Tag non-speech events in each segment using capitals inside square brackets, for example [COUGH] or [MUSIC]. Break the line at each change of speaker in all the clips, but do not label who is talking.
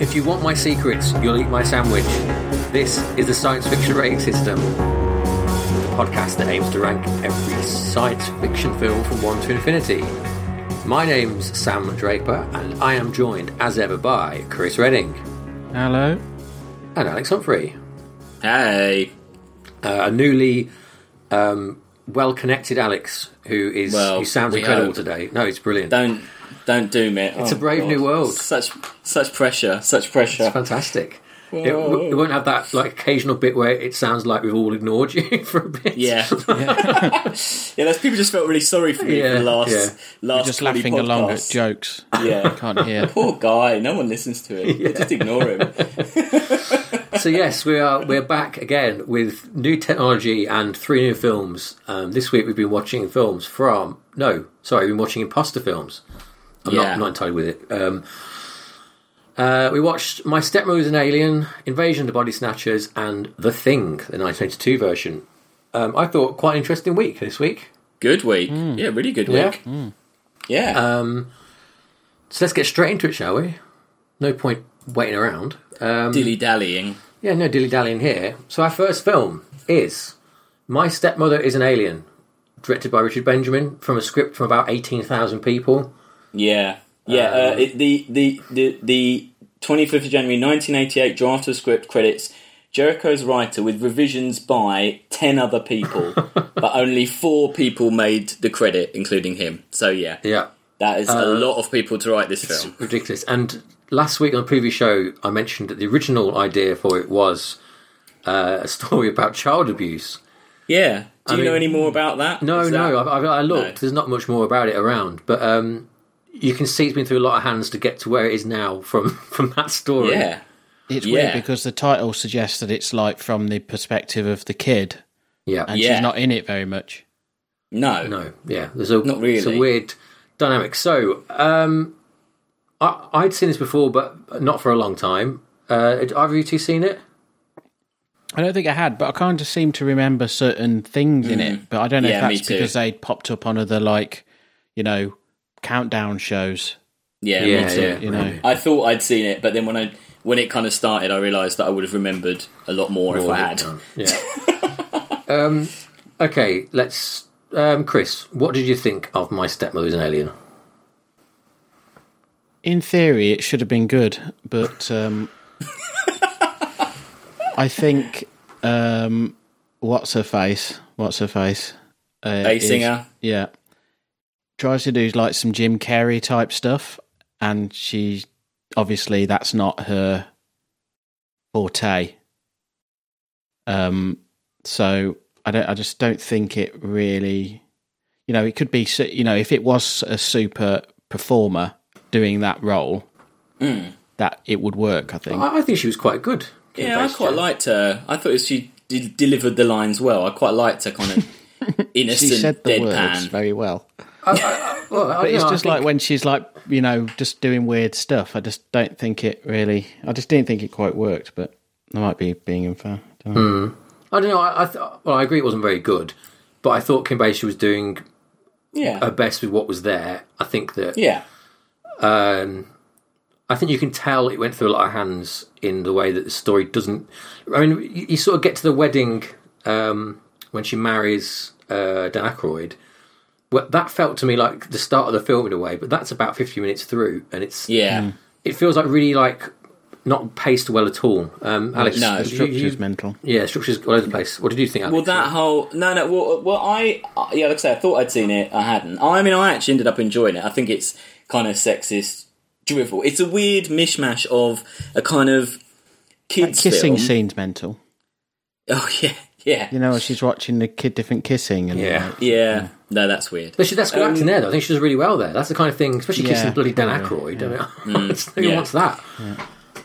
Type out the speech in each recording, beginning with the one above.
If you want my secrets, you'll eat my sandwich. This is the Science Fiction Rating System, the podcast that aims to rank every science fiction film from 1 to infinity. My name's Sam Draper, and I am joined, as ever, by Chris Redding
Hello.
and Alex Humphrey.
Hey.
Uh, a newly um, well connected Alex who is
Well,
who sounds
we
incredible
hope.
today. No, it's brilliant.
Don't don't doom it. It's
a brave new world.
Such such pressure. Such pressure.
Fantastic. It, we won't have that like occasional bit where it sounds like we've all ignored you [LAUGHS] for a bit.
Yeah. yeah. Those people just felt really sorry for me
Yeah,
for the last
yeah.
last
Just
40
laughing along at
podcasts.
jokes.
Yeah.
[LAUGHS] Can't
[LAUGHS]
hear.
Poor guy. No one listens to him.
[LAUGHS]
Just ignore him.
so yes, we are we're back again with new technology and three new films. Um, this week we've been watching films from no, sorry, we've been watching imposter films. I'm
Yeah.
not not entirely with it. Um, uh, we watched My Stepmother is an Alien, Invasion of the Body Snatchers, and The Thing, the 1982 version. Um, I thought quite an interesting week this week.
Good week.
Hmm.
Yeah. Really good
Yeah.
week. Yeah.
So let's get straight into it, shall we? No point waiting around. Um,
Dilly dallying.
Yeah, no dilly dallying here. So, our first film is My Stepmother is an Alien, directed by Richard Benjamin, from a script from about 18,000 people.
Yeah, yeah. uh, it, the the the the twenty fifth of January, nineteen eighty eight draft of script credits. Jericho's writer with revisions by ten other people, but only four people made the credit, including him. So yeah,
Yeah.
that is a lot of people to write this film.
Ridiculous. And last week on a previous show, I mentioned that the original idea for it was uh, a story about child abuse.
Yeah. Do you know
mean-
any more about that?
No,
Is that-
no, I, I, I looked.
No.
There's not much more about it around, but um, you can see it's been through a lot of hands to get to where it is now from [LAUGHS] from that story.
Yeah.
It's
Yeah.
weird because the title suggests that it's like from the perspective of the kid,
yeah,
and
Yeah.
she's not in it very much.
No.
No, yeah, there's a
Not really.
It's a weird dynamic. So, um, I, I'd seen this before, but not for a long time. Uh, had either of you two seen it?
I don't think I had, but I kind of seem to remember certain things in it. But I don't know
Mm. Yeah, me
if that's
too.
because they popped up on other like, you know, countdown shows.
Yeah. me
yeah,
too.
yeah.
You know,
I thought I'd seen it, but then when I when it kind of started, I realised that I would have remembered a lot more, if I had.
Yeah. [LAUGHS] um, okay, let's. Um, Chris, what did you think of My Stepmother's an Alien?
in theory, it should have been good, but um, I think um, what's her face? What's her face? Uh,
Bass
is-
singer.
Yeah. Tries to do like some Jim Carrey type stuff, and she obviously that's not her forte. Um, so I don't. I just don't think it really. You know, it could be. su- You know, if it was a super performer doing that role,
Hmm.
that it would work. I think.
I, I think she was quite good.
Yeah, I quite liked her. I thought she d- delivered the lines well. I quite liked her kind of
[LAUGHS] she
innocent
said the words
deadpan.
very well.
Well, I
But
don't
it's
know, I
just
think-
like when she's like, you know, just doing weird stuff. I just don't think it really. I just didn't think it quite worked. But I might be being unfair. Don't know.
I don't know. I, I th- well, I agree it wasn't very good, but I thought Kim Basinger was doing
Yeah,
her best with what was there. I think that
uh, yeah,
um, I think you can tell it went through a lot of hands in the way that the story doesn't. I mean, you, you sort of get to the wedding um, when she marries uh, Dan Aykroyd. Well, that felt to me like the start of the film in a way, but that's about fifty minutes through, and it's
Hmm.
yeah.
it feels like really like not paced well at all. Um, Alex,
No,
did
The
you-
structure's
you-
mental.
yeah, structures all over the place. What did you think, Alex?
Well, that whole no, no. Well, well, I I- yeah, like I say, I thought I'd seen it. I hadn't. I mean, I actually ended up enjoying it. I think it's kind of sexist drivel. It's a weird mishmash of a kind of kids
Kissing
film.
scene's mental.
[LAUGHS] Oh yeah, yeah,
You know, she's watching the kid different kissing, and
yeah.
yeah. No, that's weird.
But she, that's
Um,
good acting there, though. I think she does really well there. That's the kind of thing, especially
Yeah,
kissing bloody Dan Aykroyd. I mean, [LAUGHS] who
yeah.
wants that?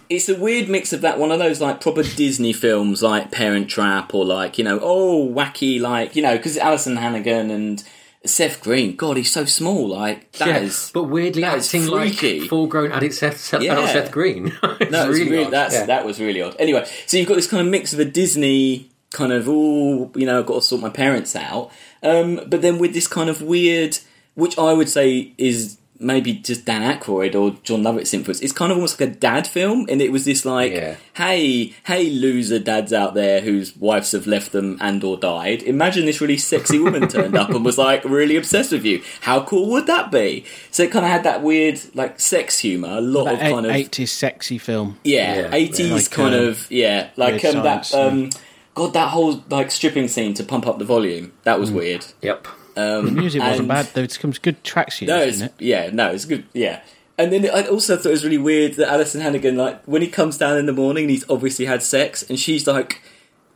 it's a weird mix of that one of those like proper Disney films like Parent Trap or like you know oh wacky like you know because Alison Hannigan and Seth Green God he's so small like that is
Yeah, but weirdly
that is
acting like
freaky.
full-grown adult Seth, Seth,
Yeah.
adult Seth Green. [LAUGHS] It's
that was really,
odd.
that's
Yeah.
that was really odd. Anyway, so you've got this kind of mix of a Disney kind of oh, you know, I've got to sort my parents out, um, but then with this kind of weird, which I would say is maybe just Dan Aykroyd or John Lovett's influence. It's kind of almost like a dad film, and it was this like,
Yeah.
hey, hey, loser dads out there whose wives have left them and or died. Imagine this really sexy woman turned up and was like really obsessed with you. How cool would that be? So it kind of had that weird like sex humor, a lot of kind of
eighties sexy film.
Yeah,
yeah, eighties
like,
kind
um,
of yeah, like
Weird
um, that
Science, yeah.
um, god that whole like stripping scene to pump up the volume that was weird. Um,
Yep.
Mm. The music
and-
wasn't bad though. It's some good tracks used,
No, it's,
isn't it?
yeah, no, it's good. Yeah, and then I also thought it was really weird that Alison Hannigan, like, when he comes down in the morning, and he's obviously had sex, and she's like,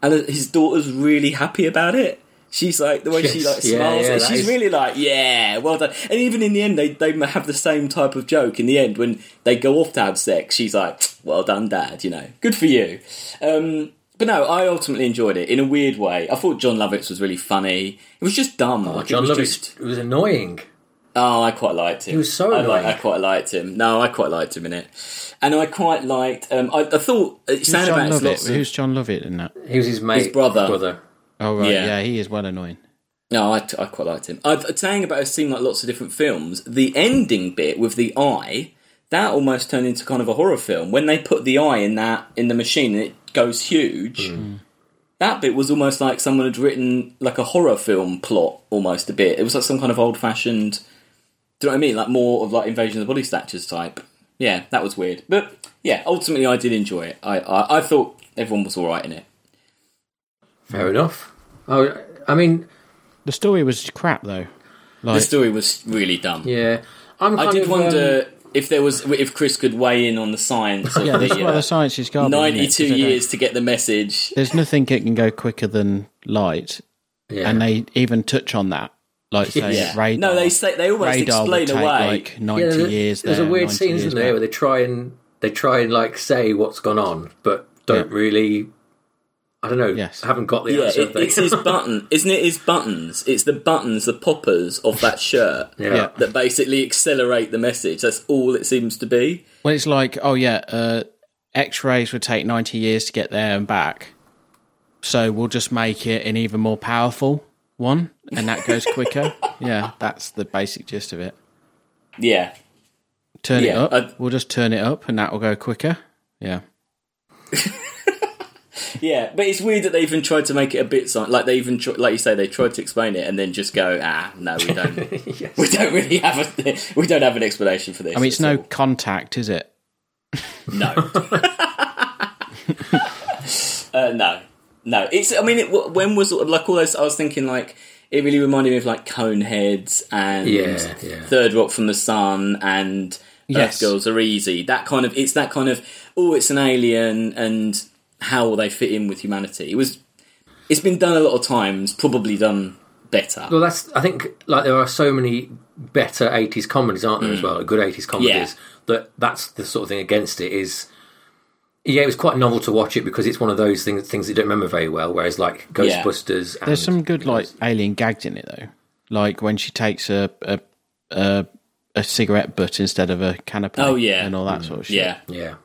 and his daughter's really happy about it. She's like the way she
Yes,
like
yeah,
smiles.
yeah,
and
that
she's
is-
really like, yeah, well done. And even in the end, they they have the same type of joke. In the end, when they go off to have sex, she's like, well done, dad. You know, good for you. Um, but no, I ultimately enjoyed it in a weird way. I thought John Lovitz was really funny. It was just dumb. like, it
Oh, John Lovitz
was just-
was annoying.
Oh, I quite liked him. He
was so
I, like, I
annoying.
quite liked him. No, I quite liked him in it, and I quite liked. Um, I, I thought uh,
Who's John
Sandabag's
Lovett?
lots. Of,
Who's John Lovett in that?
He was his mate,
brother.
Oh right,
Yeah.
yeah, he is well annoying.
no, I, I quite liked him. I, saying about has seen like lots of different films. The ending bit with the eye that almost turned into kind of a horror film when they put the eye in that in the machine and it goes huge. That bit was almost like someone had written like a horror film plot, almost a bit. It was like some kind of old fashioned. Do you know what I mean? Like more of like Invasion of the Body Snatchers type. Yeah, that was weird, but yeah, ultimately I did enjoy it. I I, I thought everyone was all right in it.
Fair enough. Oh, I mean,
The story was crap though.
The
Like
story was really dumb.
yeah. I'm
I
kind
did
of, um,
wonder if there was if Chris could weigh in on the science of
yeah, that's
the
why the
uh,
science is garbage. isn't it? 'Cause
ninety-two
they don't-
years to get the message.
There's nothing that can go quicker than light,
yeah.
and they even touch on that. Like say
Yeah.
radar.
No, they say they almost
radar would
explain
take
away.
like ninety
um, Yeah, there-
years.
There's
there,
a weird
90
scene,
years
isn't there,
back.
where they try and they try and like say what's gone on, but don't really. I don't know.
Yes.
haven't got the
yeah,
answer. have
it,
they?
it's his button, isn't it? His buttons. It's the buttons, the poppers of that shirt
[LAUGHS] yeah.
[LAUGHS] Yeah.
that basically accelerate the message. That's all it seems to be.
Well, it's like, oh yeah, uh, X-rays would take ninety years to get there and back, so we'll just make it an even more powerful one, and that goes
[LAUGHS]
quicker. yeah, that's the basic gist of it.
Yeah,
Turn it
Yeah,
up.
I-
we'll just turn it up, and that will go quicker. Yeah,
yeah. But it's weird that they even tried to make it a bit sci- like they even tr- like you say they tried to explain it and then just go ah no we don't
[LAUGHS]
we don't really have a we don't have an explanation for this.
I mean, it's
at
no
all.
contact, is it?
[LAUGHS]
No. uh, no. No. It's. I mean, it, when was like all those? I was thinking like it really reminded me of like Coneheads and
Yeah, yeah.
Third Rock from the Sun and Earth
Yes.
Girls Are Easy. That kind of. It's that kind of. Oh, it's an alien, and how will they fit in with humanity? It was. It's been done a lot of times. Probably done better.
Well, that's. I think like there are so many better '80s comedies, aren't
Mm.
there? As well, good '80s comedies. That that's the sort of thing against it is. Yeah, it was quite novel to watch it because it's one of those things things that you don't remember very well. Whereas like
Yeah.
Ghostbusters, and,
There's some good like alien gags in it though, like when she takes a a a, a cigarette butt instead of a canopy.
Oh, yeah.
and all that sort of shit.
yeah.
yeah,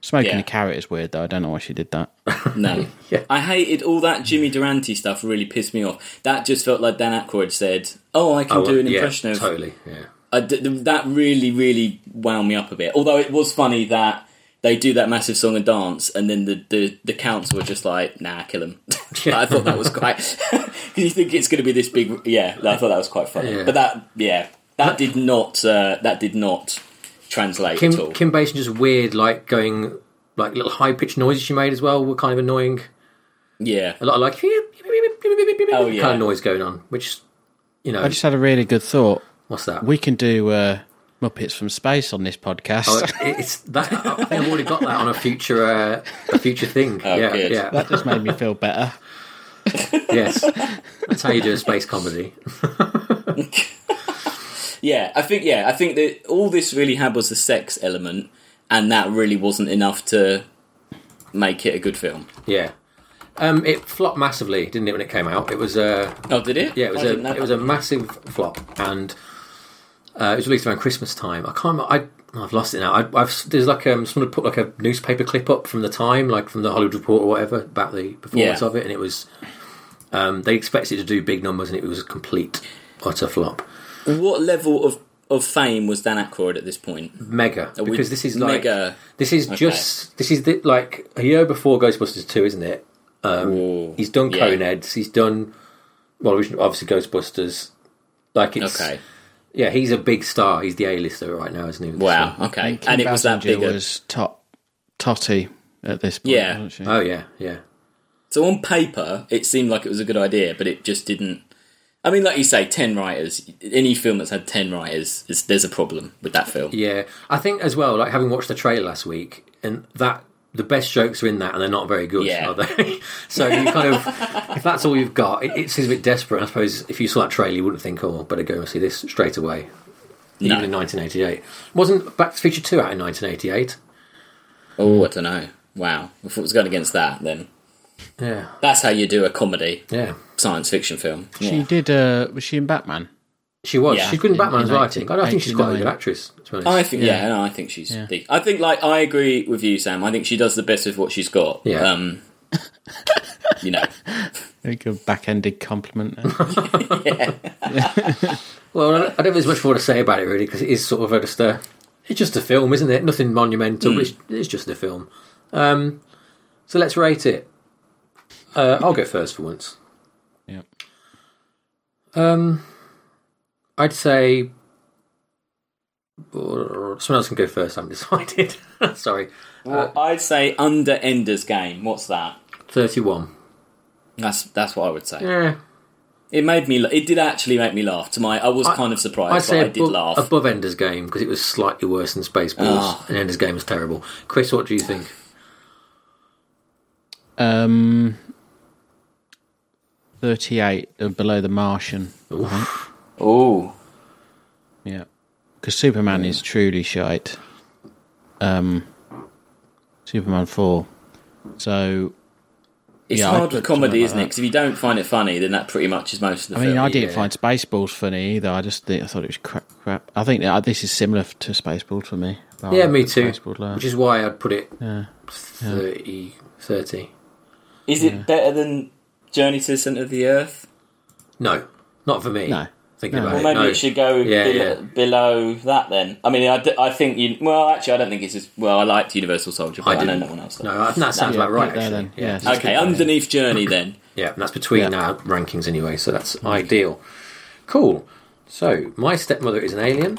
smoking
Yeah.
a carrot is weird though. I don't know why she did that.
[LAUGHS]
No. I hated all that Jimmy Durante stuff really pissed me off. That just felt like Dan Aykroyd said, Oh, I can do an
yeah,
impression of.
totally. Yeah,
I d- th- that really, really wound me up a bit. Although it was funny that they do that massive song and dance, and then the, the, the counts were just like, Nah, kill him. [LAUGHS] I thought that was quite. [LAUGHS] Because you think it's going to be this big. Yeah, I thought that was quite funny.
Yeah.
But that, yeah, that did not. Uh, that did not translate at all.
Kim Kim Basin just weird, like going like little high pitched noises she made as well were kind of annoying.
yeah.
A lot of like oh,
yeah.
kind of noise going on, which you know
I just had a really good thought.
what's that?
We can do uh, Muppets from Space on this podcast.
Oh, it- it's that I think I've already got that on a future uh, a future thing. yeah,
Oh, good.
yeah,
that just made me feel better.
yes. That's how you do a space comedy.
Yeah, I think yeah, I think that all this really had was the sex element, and that really wasn't enough to make it a good film.
Yeah. Um, it flopped massively, didn't it, when it came out? It was a
Oh, did it?
yeah, it was
I didn't know
a it was a massive flop, and uh, it was released around Christmas time. I can't. remember- I I've lost it now. I, I've there's like um someone had put like a newspaper clip up from the time, like from the Hollywood Report or whatever, about the performance
Yeah.
of it, and it was um they expected it to do big numbers, and it was a complete utter flop.
that. What level of of fame was Dan Aykroyd at this point?
Mega
Are we-
because this is like
mega.
this is just this is the, like a year before Ghostbusters two, isn't it?
Ooh.
He's done
Yeah.
Coneds. He's done well, originally- obviously Ghostbusters. Like it's
Okay.
yeah, he's a big star. He's the A lister right now, isn't he?
Wow. [LAUGHS] Okay.
Kim
And it was that
Basinger
big. a-
was top totty at this point.
Yeah.
wasn't she?
Oh yeah, yeah.
So on paper, it seemed like it was a good idea, but it just didn't. I mean, like you say, ten writers. Any film that's had ten writers, is, there's a problem with that film.
Yeah, I think as well, like having watched the trailer last week, and that the best jokes are in that, and they're not very good,
Yeah.
are they? [LAUGHS] so you kind of, if that's all you've got, it, it seems a bit desperate. I suppose if you saw that trailer, you wouldn't think, "Oh, I better go and see this straight away."
No.
Even in 1988, wasn't Back to the Future Two out in 1988?
Oh, I don't know. Wow. If it was going against that, then
Yeah,
that's how you do a comedy
yeah.
science fiction film.
She
Yeah.
did. Uh, was she in Batman?
She was.
Yeah.
She's good in Batman as
In
well. I think. I don't think she's quite a good
89.
actress. To be honest.
I think. Yeah.
Yeah.
no, I think she's.
Yeah.
The, I think like I agree with you, Sam. I think she does the best with what she's got.
Yeah.
Um, [LAUGHS] you know.
Very good back-ended compliment. there.
[LAUGHS]
Well, I don't- I don't think there's much more to say about it really because it is sort of just a, it's just a film, isn't it? Nothing monumental.
Hmm.
But it's, it's just a film. Um, so let's rate it. Uh, I'll go first for once.
yeah.
Um, I'd say or someone else can go first. I haven't decided. [LAUGHS] Sorry,
Well, I'd say under Ender's Game. What's that?
thirty-one.
That's that's what I would say.
Yeah,
It made me. la- It did actually make me laugh. To my, I was kind of surprised,
I'd say
but I did
above,
laugh.
above Ender's Game because it was slightly worse than Spaceballs,
Ah.
and Ender's Game was terrible. Chris, what do you think?
Um, thirty-eight uh, below the Martian.
Oof.
oh,
Yeah, because Superman is truly shite. Um, Superman four. So
it's
Yeah, I
hard
put
with
something
comedy,
like
isn't it?
that.
Because if you don't find it funny, then that pretty much is most of the
I
film.
mean, I didn't
yeah.
find Spaceballs funny either. I just think, I thought it was crap. crap. I think uh, this is similar f- to Spaceballs for me. But I
Yeah,
like
me
the
too.
Oh, Spaceballs lower.
Which is why I'd put it
yeah.
30, 30.
is it better than Journey to the Center of the Earth?
No, not for me.
No.
Thinking
No.
about
Well,
it.
Well, maybe
no.
it should go
Yeah,
bel-
yeah.
below that then. I mean, I, d- I think you. Well, actually, I don't think it's as well. I liked Universal Soldier,
I
but I, know
didn't.
no one else. does.
No, I think that sounds
Yeah,
about right,
put it there
actually.
then.
Yeah.
Yeah,
Yeah.
just-
Okay, um, underneath
[LAUGHS]
Journey then.
and that's between
Yeah.
our rankings anyway, so that's ideal. Cool. So, My Stepmother is an Alien.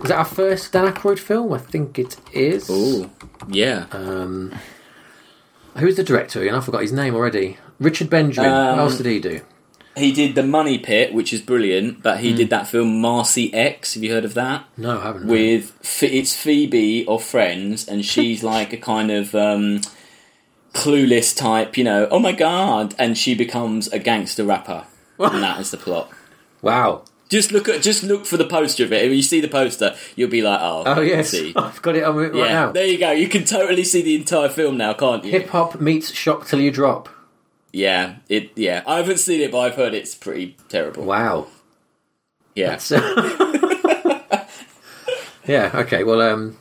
Is that our first Dan Aykroyd film? I think it is.
Ooh, yeah.
Um, who's the director again? I forgot his name already. Richard Benjamin.
Um,
what else did he do?
He did the Money Pit, which is brilliant, but he did that film Marcy X. Have you heard of that?
Hmm. No, I haven't.
with Ph- it's Phoebe or friends,
[LAUGHS]
and she's like a kind of um, clueless type, you know. Oh my god! And she becomes a gangster rapper, and that is the plot.
wow.
Just look at just look for the poster of it. If you see the poster, you'll be like, oh,
Oh, yes.
see.
[LAUGHS] I've got it on it right
yeah,
now.
there you go. You can totally see the entire film now, can't you?
Hip hop meets shock till you drop.
Yeah, it. Yeah, I haven't seen it, but I've heard it's pretty terrible.
Wow.
Yeah,
So, [LAUGHS] yeah. Okay. Well, um,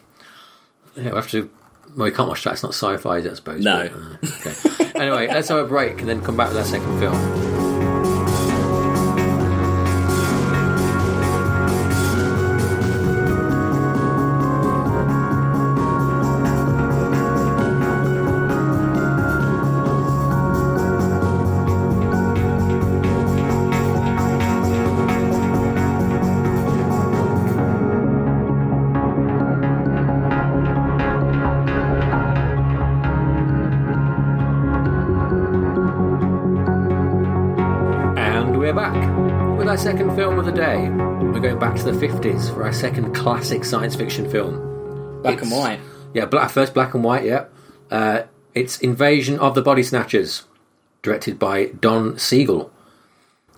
yeah, we have to. Well, we can't watch that. It's not sci-fi, is it, I suppose.
No.
But, uh, okay. anyway, let's have a break and then come back with our second film. And we're back with our second film of the day. We're going back to the fifties for our second classic science fiction film.
black and
it's-
white.
Yeah, black, first black and white. Yeah. Uh, it's Invasion of the Body Snatchers, directed by Don Siegel,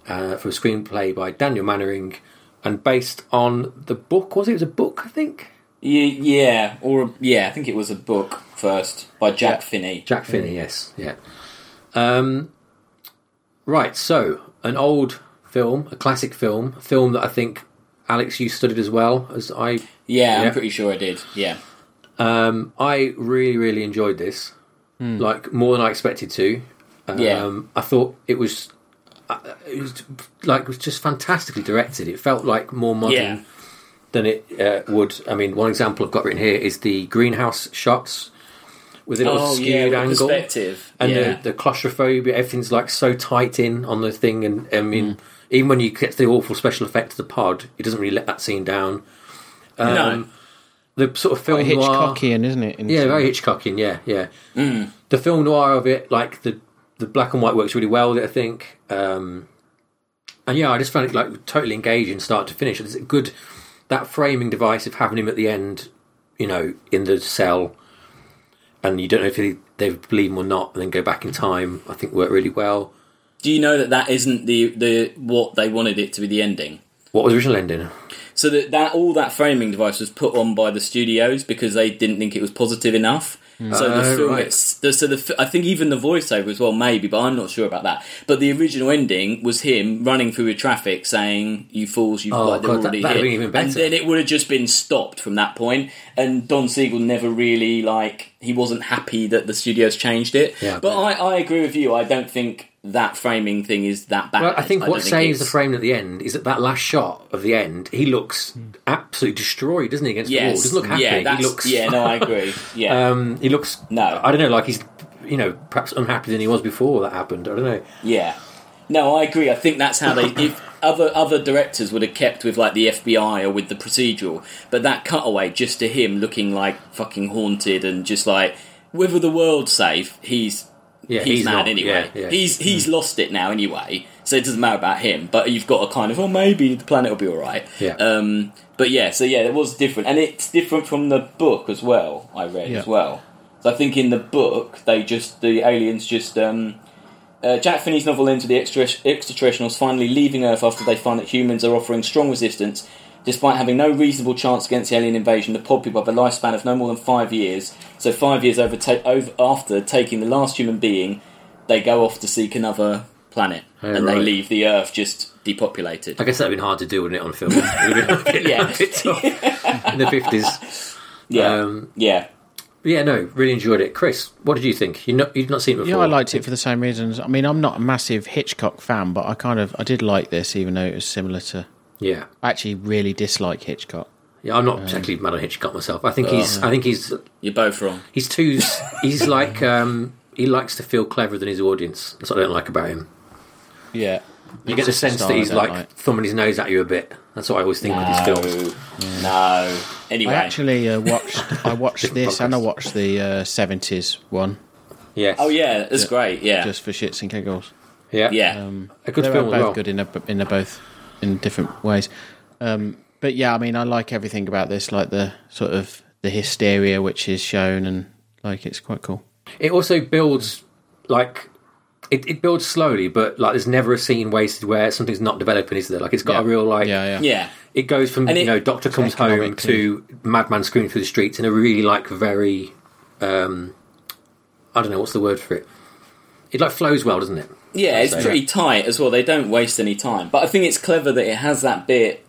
uh, for a screenplay by Daniel Mannering, and based on the book. Was it? It was a book, I think.
Ye- Yeah, or yeah, I think it was a book first by Jack Finney.
Jack Finney, yes, yeah. Um, right, so an old film, a classic film, a film that I think Alex you studied as well as I. Yeah.
Yeah, I'm pretty sure I did. Yeah.
Um, I really, really enjoyed this, like more than I expected to. Um,
Yeah.
I thought it was, uh, it was like it was just fantastically directed. It felt like more modern
Yeah.
than it uh, would. I mean, one example I've got written here is the greenhouse shots with a little
Oh,
skewed
yeah, with
angle.
perspective.
And
yeah.
the, the claustrophobia, everything's like so tight in on the thing. And I
Mm.
mean, even when you get the awful special effect of the pod, it doesn't really let that scene down.
no.
um, The sort of film
Quite
noir,
Hitchcockian, isn't it? in
yeah,
some-
very Hitchcockian, yeah, yeah.
Mm.
The film noir of it, like the the black and white works really well. with it, I think, um, and yeah, I just found it like totally engaging, start to finish. It's a good that framing device of having him at the end, you know, in the cell, and you don't know if he, they believe him or not, and then go back in time. I think worked really well.
Do you know that that isn't the the what they wanted it to be the ending?
What was the original ending?
So that, that all that framing device was put on by the studios because they didn't think it was positive enough. So
Oh,
the film,
right.
it's, the, so the f- I think even the voiceover as well, maybe, but I'm not sure about that. But the original ending was him running through the traffic saying, "You fools, you've
Oh, God,
got them
that-
already
that'd
here."
been even better.
And then it would have just been stopped from that point. And Don Siegel never really like he wasn't happy that the studios changed it.
Yeah,
but I, I agree with you. I don't think that framing thing is that bad.
Well, I think
don't
what saves the
it's-
frame at the end is that that last shot of the end, he looks absolutely destroyed, doesn't he? Against the wall,
Hmm. Yes,
doesn't look happy.
yeah,
he
that's-
looks
yeah. No, I agree. Yeah.
Um, he looks.
No.
I don't know. Like he's, you know, perhaps unhappy than he was before that happened. I don't know.
Yeah. No, I agree. I think that's how they. If other other directors would have kept with like the FBI or with the procedural, but that cutaway just to him looking like fucking haunted and just like whether the world's safe, he's
Yeah,
he's, mad
not.
anyway.
Yeah, Mm. yeah.
He's he's lost it now anyway, so it doesn't matter about him. But you've got a kind of oh maybe the planet will be all right.
Yeah.
Um. But yeah, so yeah, it was different, and it's different from the book as well. I read
Yeah.
as well. So I think in the book they just the aliens just um. Uh, Jack Finney's novel ends with the extra- extraterrestrials finally leaving Earth after they find that humans are offering strong resistance. Despite having no reasonable chance against the alien invasion, the pod people have a lifespan of no more than five years. So five years over, ta- over after taking the last human being, they go off to seek another planet,
Oh,
and they
right.
leave the Earth just depopulated.
I guess that'd been hard to do, wouldn't it, on
[LAUGHS]
film? It would've been a bit-
Yeah.
a bit tough in the fifties.
Yeah,
Um,
yeah.
yeah, no, really enjoyed it. Chris, what did you think? You not, you've not seen it
Yeah,
before.
I liked it for the same reasons. I mean, I'm not a massive Hitchcock fan, but I kind of I did like this, even though it was similar to.
Yeah,
I actually really dislike Hitchcock.
yeah, I'm not
Um,
particularly mad on Hitchcock myself. I think he's,
Uh.
I think he's,
You're both wrong.
he's too, he's like, um, he likes to feel cleverer than his audience. That's what I don't like about him.
Yeah,
You get the sense that he's like, thumbing his nose at you a bit. That's what I always think with his films.
no. Anyway,
I actually uh, watched. I
[LAUGHS]
watched
Different
this and I
podcast.
watched the uh, seventies one
Yes.
oh yeah, that's great. Yeah,
just um, for shits and giggles.
Yeah.
yeah.
A good
They're
film
both
as well.
good in a, in a both in different ways. Um, but yeah, I mean, I like everything about this, like the sort of the hysteria which is shown, and like it's quite cool.
It also builds like it, it builds slowly, but like there's never a scene wasted where something's not developing, is there? Like it's got a
Yeah.
real like
Yeah, yeah,
yeah.
it goes from
And
you
it-
know doctor comes home
economically-
to madman screaming through the streets in a really like very um I don't know what's the word for it. It like flows well, doesn't it?
Yeah, it's
say.
pretty tight as well. They don't waste any time. But I think it's clever that it has that bit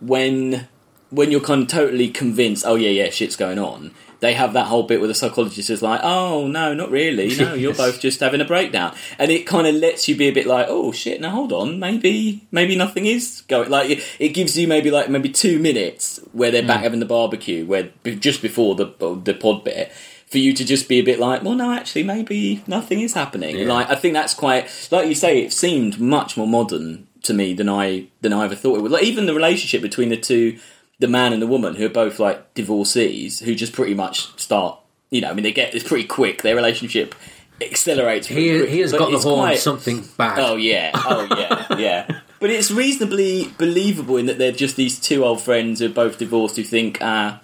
when when you're kind of totally convinced, oh yeah, yeah, shit's going on. They have that whole bit where the psychologist is like, "Oh no, not really. No,
[LAUGHS]
you're
Yes.
both just having a breakdown," and it kind of lets you be a bit like, "Oh shit, now hold on, maybe, maybe nothing is going." Like it, it gives you maybe like maybe two minutes where they're back having the barbecue, where be- just before the uh, the pod bit, for you to just be a bit like, "Well, no, actually, maybe nothing is happening."
Yeah.
Like I think that's quite, like you say, it seemed much more modern to me than I than I ever thought it would. Like even the relationship between the two, the man and the woman, who are both like divorcees, who just pretty much start. You know, I mean, they get it's pretty quick. Their relationship accelerates. pretty
He,
quickly,
he has
but
got the
it's
horn
quite-
something bad.
Oh yeah, oh
[LAUGHS]
yeah, yeah. But it's reasonably believable in that they're just these two old friends who are both divorced who think, uh,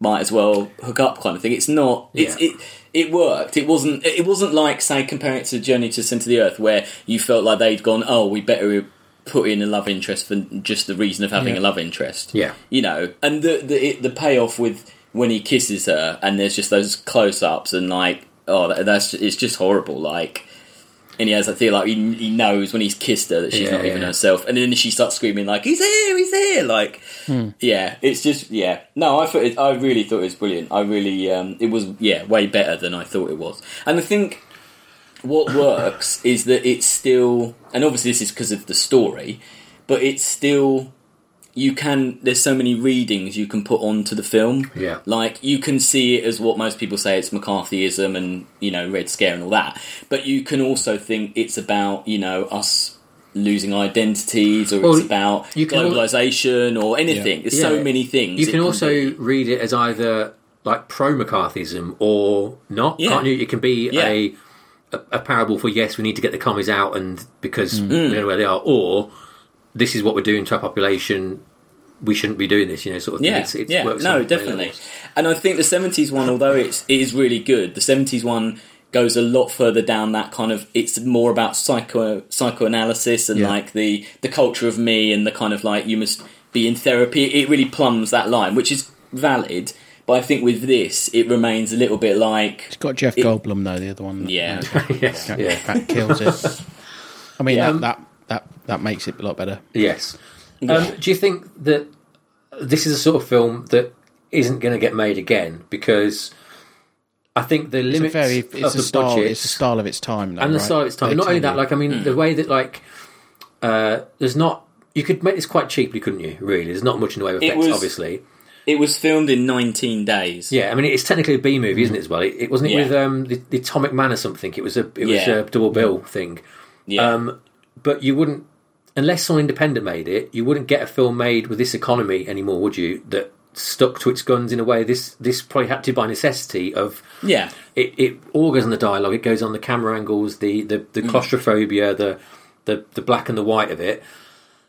might as well hook up kind of thing. It's not. It's,
Yeah.
It it worked. It wasn't. It wasn't like say comparing it to Journey to the Centre of the Earth, where you felt like they'd gone, oh, we better put in a love interest for just the reason of having a love interest.
Yeah.
you know, and the the it, the payoff with when he kisses her, and there's just those close ups and like. Oh, that- that's it's just horrible. Like, and he has that feel like he, he knows when he's kissed her that she's
Yeah,
not
yeah,
even
yeah.
herself, and then she starts screaming like, "He's here! He's here!" Like,
Hmm.
yeah, it's just yeah. No, I thought it, I really thought it was brilliant. I really um, it was yeah way better than I thought it was. And I think what works is that it's still, and obviously this is because of the story, but it's still you can there's so many readings you can put onto the film.
Yeah.
Like you can see it as what most people say it's McCarthyism and, you know, Red Scare and all that. But you can also think it's about, you know, us losing identities or
Well,
it's about
you can al-
globalization or anything. There's so
Yeah.
many things.
You
it
can also
be.
read it as either like pro McCarthyism or not,
Yeah.
can't you? It can be
Yeah.
a, a a parable for yes, we need to get the commies out, and because
Mm.
we don't know where they are, or this is what we're doing to our population. We shouldn't be doing this, you know, sort of thing.
Yeah,
It's, it's
yeah,
works on
no,
many
definitely.
levels.
And I think the seventies one, although it's it is really good, the seventies one goes a lot further down that kind of. It's more about psycho psychoanalysis and
Yeah.
like the the culture of me and the kind of like you must be in therapy. It really plumbs that line, which is valid. But I think with this, it remains a little bit like
It's got Jeff
It-
Goldblum though, the other one. uh,
yeah.
[LAUGHS] yes,
that,
yeah.
that kills it. I mean,
Yeah.
that, that that that makes it a lot better.
Yes. Um, do you think that this is a sort of film that isn't going to get made again? Because I think the
It's a
limits
very
of
it's
the
a style.
budget
It's a style of its time. Though,
and the
right?
style of its time.
They
Not only
tell
that,
you.
like I mean, the way that like uh, there's not you could make this quite cheaply, couldn't you? Really, there's not much in the way of effects,
was-
obviously.
It was filmed in nineteen days.
Yeah, I mean, it's technically a B movie, isn't it? As well, it, it wasn't it
Yeah.
with um, the, the Atomic Man or something. It was a it was
Yeah.
a double bill thing.
Yeah.
Um, but you wouldn't, unless someone independent made it, you wouldn't get a film made with this economy anymore, would you? That stuck to its guns in a way. This this probably had to by necessity of
yeah.
it. It all goes on the dialogue. It goes on the camera angles, the the,
Mm.
the claustrophobia, the, the the black and the white of it.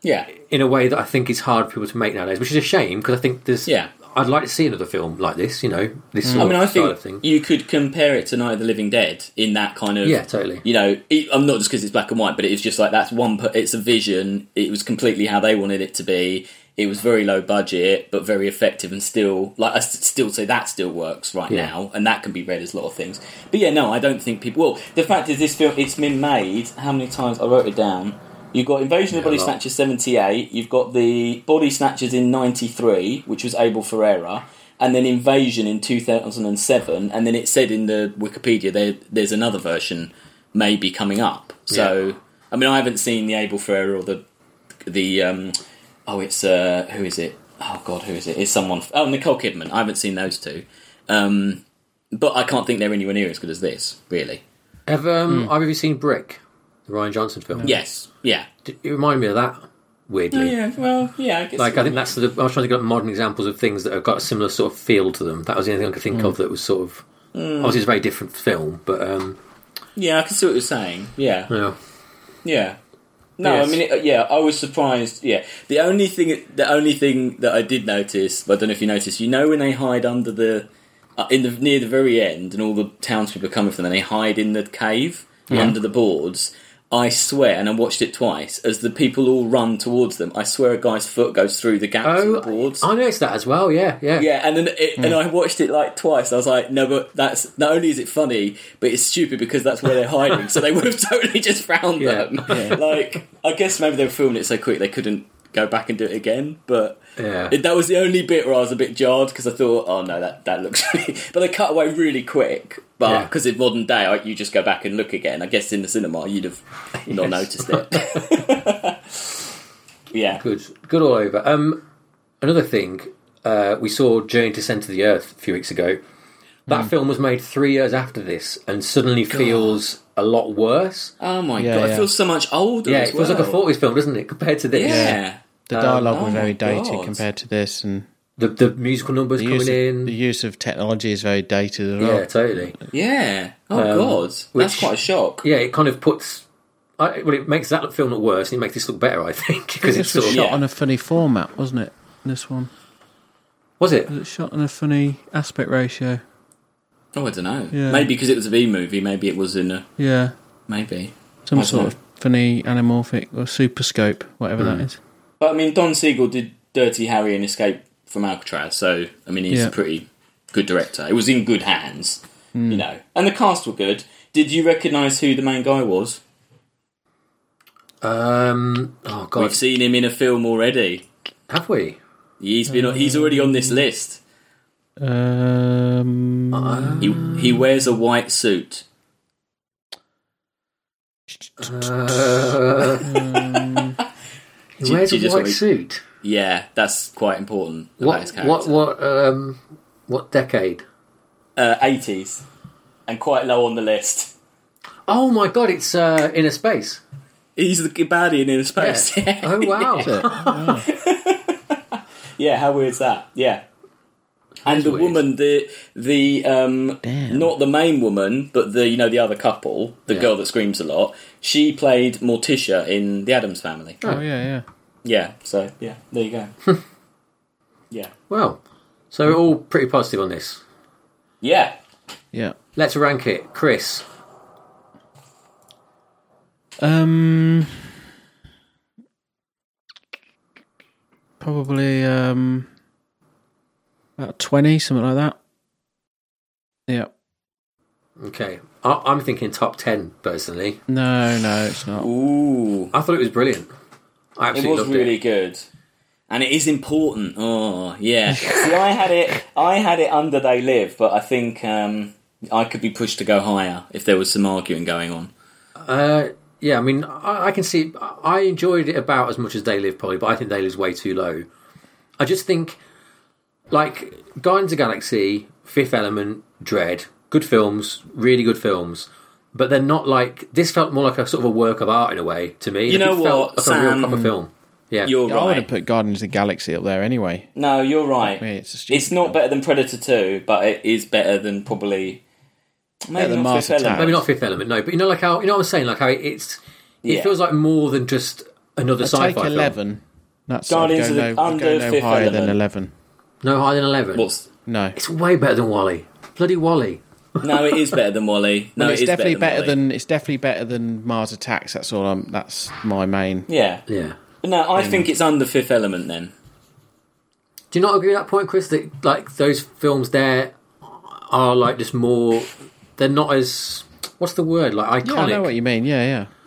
Yeah.
In a way that I think is hard for people to make nowadays, which is a shame because I think there's.
Yeah. Mm.
I'd like to see another film like this. You know, this sort
I mean, I
of style of
think
thing.
you could compare it to Night of the Living Dead in that kind of
Yeah, totally.
You know, it, I'm not just because it's black and white, but it's just like that's one. per- It's a vision. It was completely how they wanted it to be. It was very low budget, but very effective, and still like I s- still say that still works right
Yeah.
now, and that can be read as a lot of things. But yeah, no, I don't think people. Well, the fact is, this film it's been made. How many times I wrote it down. You've got Invasion of the
Yeah,
Body
a lot.
Snatchers 78, you've got the Body Snatchers in 93, which was Abel Ferreira, and then Invasion in 2007, and then it said in the Wikipedia there, there's another version maybe coming up. So,
Yeah.
I mean, I haven't seen the Abel Ferreira or the, the um, oh, it's, uh, who is it? Oh, God, who is it? It's someone, oh, Nicole Kidman. I haven't seen those two. Um, but I can't think they're anywhere near as good as this, really.
Have um, either of you seen Brick, the Ryan Johnson film?
Yes, Mm. yeah.
Did- it reminded me of that weirdly.
Oh, Yeah, well, yeah, I guess.
Like I think that's the. I was trying to get modern examples of things that have got a similar sort of feel to them. That was the only thing I could
Mm.
think of that was sort of. Obviously, it's a very different film, but um,
yeah, I can see what you're saying. Yeah.
yeah.
Yeah. No,
Yes.
I mean, it, uh, yeah, I was surprised. Yeah, the only thing, the only thing that I did notice, but I don't know if you noticed, you know, when they hide under the, uh, in the near the very end, and all the townspeople are coming for them, and they hide in the cave under the boards. I swear, and I watched it twice. As the people all run towards them, I swear a guy's foot goes through the gaps in the
Oh,
boards.
I noticed that as well. Yeah, yeah,
Yeah, and then it,
Hmm.
and I watched it like twice. I was like, no, but that's not only is it funny, but it's stupid because that's where they're hiding. so they would have [LAUGHS] totally just found
Yeah.
them. [LAUGHS] Like, I guess maybe they were filming it so quick they couldn't go back and do it again. But
Yeah.
it, that was the only bit where I was a bit jarred because I thought, oh no, that that looks. [LAUGHS] Really... But they cut away really quick. But
Yeah.
because in modern day, like, you just go back and look again. I guess in the cinema,
[LAUGHS]
you'd have not noticed it. [LAUGHS] yeah.
Good, good all over. Um, another thing, uh, we saw Journey to Center of the Earth a few weeks ago. That
Hmm.
film was made three years after this, and suddenly feels a lot worse.
Oh my
Yeah,
god, I
yeah.
feel so much older.
yeah,
as
it feels like a
well.
forties film, doesn't it, compared to this?
yeah.
The dialogue
oh
was very
my
dated
God.
compared to this, and
The the musical numbers
the
coming
use,
in.
of, the use of technology is very dated as well.
yeah, totally.
Yeah. Oh god,
which-
that's quite a shock.
yeah, it kind of puts. I, well, it makes that film look worse, and it makes this look better, I think, [LAUGHS] because it's
[LAUGHS] This was
sort of.
shot
yeah.
on a funny format, wasn't it? This one
Was it?
was it shot on a funny aspect ratio?
Oh, I don't know.
Yeah.
Maybe because it was a B movie. Maybe it was in a
Yeah,
maybe.
some
I
sort
dunno.
of funny anamorphic or super scope, whatever that is.
But I mean, Don Siegel did Dirty Harry and Escape from Alcatraz, so I mean, he's
Yeah.
a pretty good director. It was in good hands,
Hmm.
you know. And the cast were good. Did you recognise who the main guy was?
Um, oh God,
We've seen him in a film already.
have we?
He's
Uh,
been. on He's already on this list.
Um,
He he wears a white suit.
Uh, he
Do you-
wears
do
a
you just
white
want me-
suit.
Yeah, that's quite important about his
What
character.
what what um what decade?
Uh, 80s, and quite low on the list.
Oh my god, it's uh, Inner Space.
He's the baddie in Inner
Yeah.
Space.
[LAUGHS]
[LAUGHS] Yeah.
oh wow.
Yeah, how weird's that? Yeah. And the
weird.
woman, the the um,
Damn.
not the main woman, but the you know the other couple, the
Yeah.
girl that screams a lot. She played Morticia in The Adams Family.
Oh yeah, yeah.
Yeah, so yeah, there you
[LAUGHS]
go. yeah,
Well, so we're all pretty positive on this.
yeah.
Yeah.
Let's rank it, Chris.
Um probably um about 20 something like that. Yeah.
Okay, I- I'm thinking top ten personally.
No, no, it's not.
Ooh,
I thought it was brilliant. I
it
absolutely
was
loved
really
it.
good, and it is important. Oh
[LAUGHS]
yeah. See, I had it. I had it under They Live, but I think um, I could be pushed to go higher if there was some arguing going on.
Uh, yeah, I mean, I, I can see. I enjoyed it about as much as They Live, probably, but I think They Live's way too low. I just think, like, Guardians of the Galaxy, Fifth Element, Dread, good films, really good films, but they're not like. This felt more like a sort of a work of art in a way to me.
You
Like,
know
it felt
what,
like a real
Sam?
proper film. Yeah,
You're
I would
right.
have put Guardians of the Galaxy up there anyway.
No, you're right.
me, it's a
it's,
stupid
not better than Predator 2, but it is better than probably. Maybe
than
not
Mars
Fifth Element.
Attack.
maybe not Fifth Element, no, but you know, like how you know what I'm saying, like how it, it's. It
Yeah.
feels like more than just another sci-fi
Take
film.
11. That's
Guardians
I'd
of
go
the-
no, I'd
under
go no
Fifth
higher than
Element.
11.
No higher than eleven.
What's-
No.
It's way better than Wally. Bloody Wally.
No, it is better than Wally.
[LAUGHS]
No,
Well,
it
it's
is
definitely
better
better
than.
than, it's definitely better than Mars Attacks. That's all. I'm, that's my main.
Wall-E. Yeah.
Yeah.
But no, I think it's under Fifth Element then.
Do you not agree with that point, Chris? That like those films there are like just more. They're not as what's the word like
Yeah,
iconic.
I know what you mean. Yeah,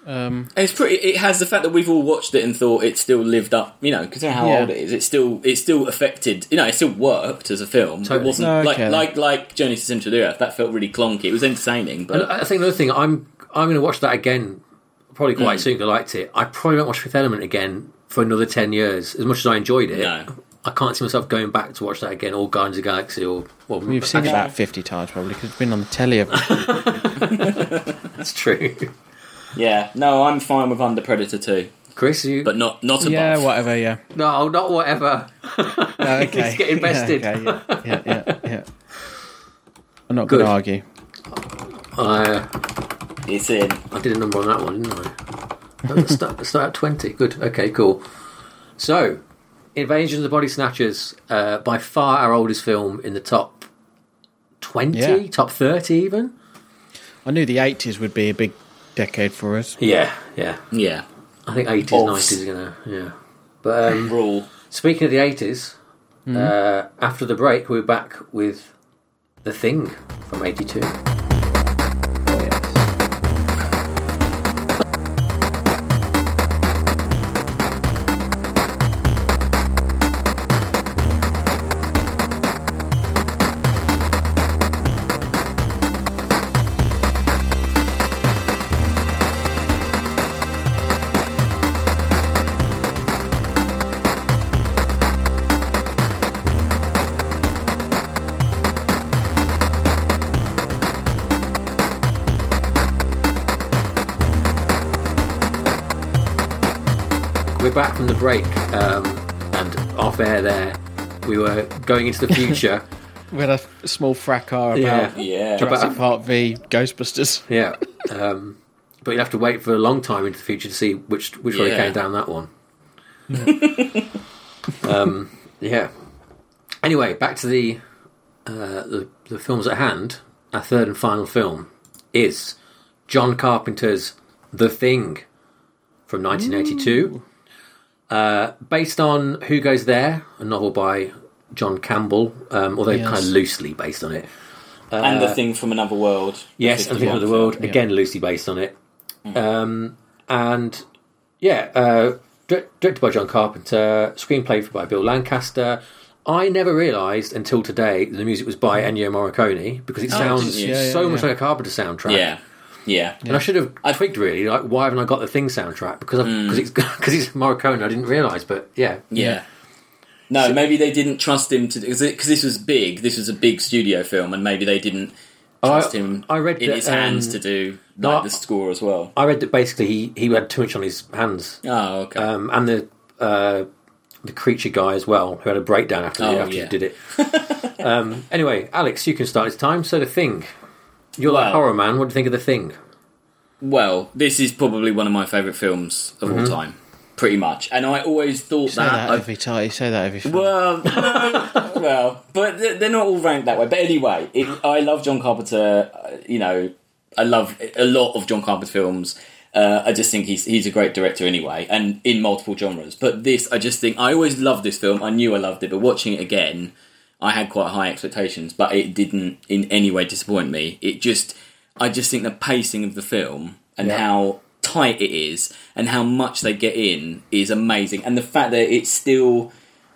yeah. Um,
And It's pretty. It has the fact that we've all watched it and thought it still lived up. You know, considering how
Yeah.
old it is, it still it still affected. You know, it still worked as a film. It
Totally.
wasn't
No,
like
okay.
like like Journey to the Center of the Earth. That felt really clunky. It was entertaining, but
I think another thing. I'm I'm going to watch that again, probably quite
Mm.
soon. 'cause I liked it. I probably won't watch Fifth Element again for another ten years. As much as I enjoyed it,
No.
I can't see myself going back to watch that again. Or Guardians of the Galaxy, or well,
We've seen it about 50 times probably because it's been on the telly. Every-
[LAUGHS] That's true.
yeah. No, I'm fine with under Predator 2,
Chris, you
but not not above.
yeah, whatever, yeah. Uh,
no, not whatever.
Okay.
It's getting bested.
Yeah, okay, yeah, yeah, yeah, yeah. I'm not going
Good.
to argue.
I uh,
It's in.
I did a number on that one, didn't I? Oh, let's start, let's start at 20. Good. Okay, cool. So, Invasion of the Body Snatchers, uh, by far our oldest film in the top 20,
Yeah.
top 30 even.
I knew the 80s would be a big decade for us.
Yeah, yeah.
Yeah.
I think 80s,
Balls.
90s are going to, yeah. But um,
Rule.
speaking of the 80s, uh, after the break, we're back with The Thing from 82. We're back from the break, um, and off air there, we were going into the future.
We had a f- small fracas about
yeah.
Yeah.
Jurassic Park v Ghostbusters.
Yeah, um, but you'd have to wait for a long time into the future to see which which way
Yeah.
came down that one. um, [LAUGHS] yeah. Anyway, back to the, uh, the the films at hand. Our third and final film is John Carpenter's The Thing from 1982, uh, based on Who Goes There, a novel by John Campbell, um, although
Yes.
kind of loosely based on it.
and the thing from another world.
Yes, and
51.
the End of the World again, loosely based on it. Um, and yeah, uh, dir- directed by John Carpenter, screenplay by Bill Lancaster. I never realised until today that the music was by Ennio Morricone because it sounds
didn't you?
Yeah, yeah,
so much
yeah.
like a Carpenter soundtrack.
Yeah. Yeah.
And I should have twigged really, [LAUGHS] like why haven't I got the Thing soundtrack? Because because it's because it's Morricone. I didn't realise, but yeah,
Yeah. No, maybe they didn't trust him to because this was big. This was a big studio film, and maybe they didn't trust
I-
him.
I read
in
that,
his hands
um,
to do
no,
like
I-
the score as well.
I read that basically he, he had too much on his hands,
Oh, okay.
um, and the uh, the creature guy as well, who had a breakdown after
Oh,
after
yeah.
he did
[LAUGHS]
it. um, anyway, Alex, you can start. It's time. So the thing, you're like
Well-
horror man. What do you think of the thing?
well, this is probably one of my favourite films of
Mm-hmm.
all time, pretty much. And I always thought
Say
that.
that
I-
every time. You say that every time.
well, no, well, but th- they're not all ranked that way. But anyway, it, I love John Carpenter. uh, You know, I love a lot of John Carpenter films. Uh, I just think he's he's a great director anyway, and in multiple genres. But this, I just think I always loved this film. I knew I loved it, but watching it again, I had quite high expectations, but it didn't in any way disappoint me. It just, I just think the pacing of the film and
Yeah.
how tight it is and how much they get in is amazing, and the fact that it still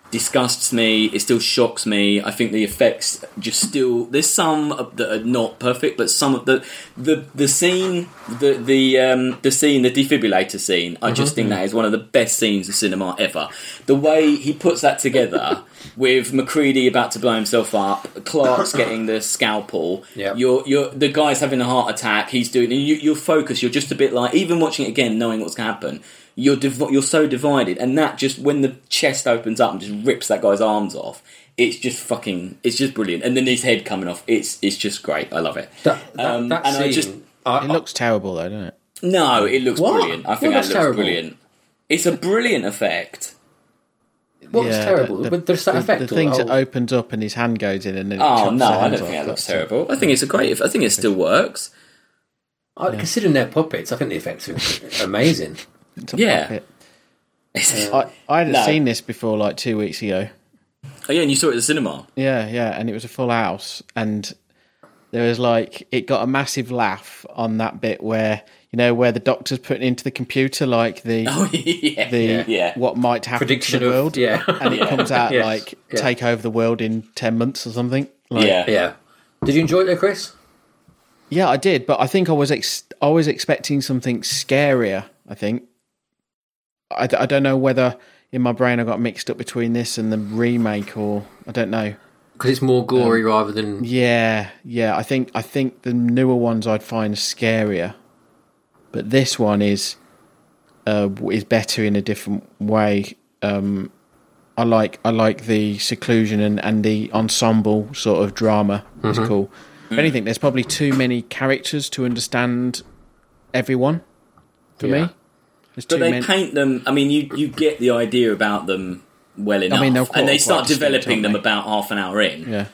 disgusts me. It still shocks me. I think the effects just still. There's some that are not perfect, but some of the the the scene, the the um, the scene, the defibrillator scene. I just think that is one of the best scenes of cinema ever. The way he puts that together with McCready about to blow himself up, Clark's getting the scalpel.
Yeah.
you're you're the guy's having a heart attack. He's doing. You you're focused. You're just a bit like even watching it again, knowing what's going to happen you're div- you're so divided, and that just when the chest opens up and just rips that guy's arms off, it's just fucking, it's just brilliant. And then his head coming off, it's it's just great. I love it.
That, that,
Um,
that
and I
scene.
just-
I-
it looks terrible though, doesn't it?
No, it looks
What?
brilliant. I think
Well,
that
that's
looks
terrible.
brilliant. It's a brilliant effect.
what was terrible?
the-
but there's that
the,
effect.
The
of-
things that
oh,
opens up and his hand goes in and then it
Oh
chops
no,
the
I
hands
don't think
off.
that looks
That's it.
terrible. I think it's a great. I think it still works. [LAUGHS]
I- considering they're puppets, I think the effects
[LAUGHS]
are amazing.
It's a
Yeah.
puppet.
oh
I, I hadn't
No.
seen this before like two weeks ago.
Oh, yeah, and you saw it at the cinema. [LAUGHS]
Yeah, yeah, and it was a full house, and there was like it got a massive laugh on that bit where you know where the doctor's putting into the computer like the
Oh yeah,
the
yeah. yeah.
what might happen
Prediction
to the
of-
world,
yeah.
and it comes out
Yes,
like
yeah.
take over the world in ten months or something. Like,
yeah.
[LAUGHS] Yeah. Did you enjoy it, though, Chris?
yeah, I did, but I think I was ex- I was expecting something scarier. I think I, d- I don't know whether in my brain I got mixed up between this and the remake, or I don't know.
Because it's more gory
Um,
rather than
Yeah, yeah. I think I think the newer ones I'd find scarier, but this one is uh, w- is better in a different way. Um, I like I like the seclusion and, and the ensemble sort of drama. It's
Mm-hmm.
cool. If anything, there's probably too many characters to understand everyone. For
Yeah.
me, there's
But
too
they
many.
paint them. I mean, you you get the idea about them well enough,
mean, they're
and they
quite-
start
quite distinct,
developing
aren't
them
they?
about half an hour in.
yeah,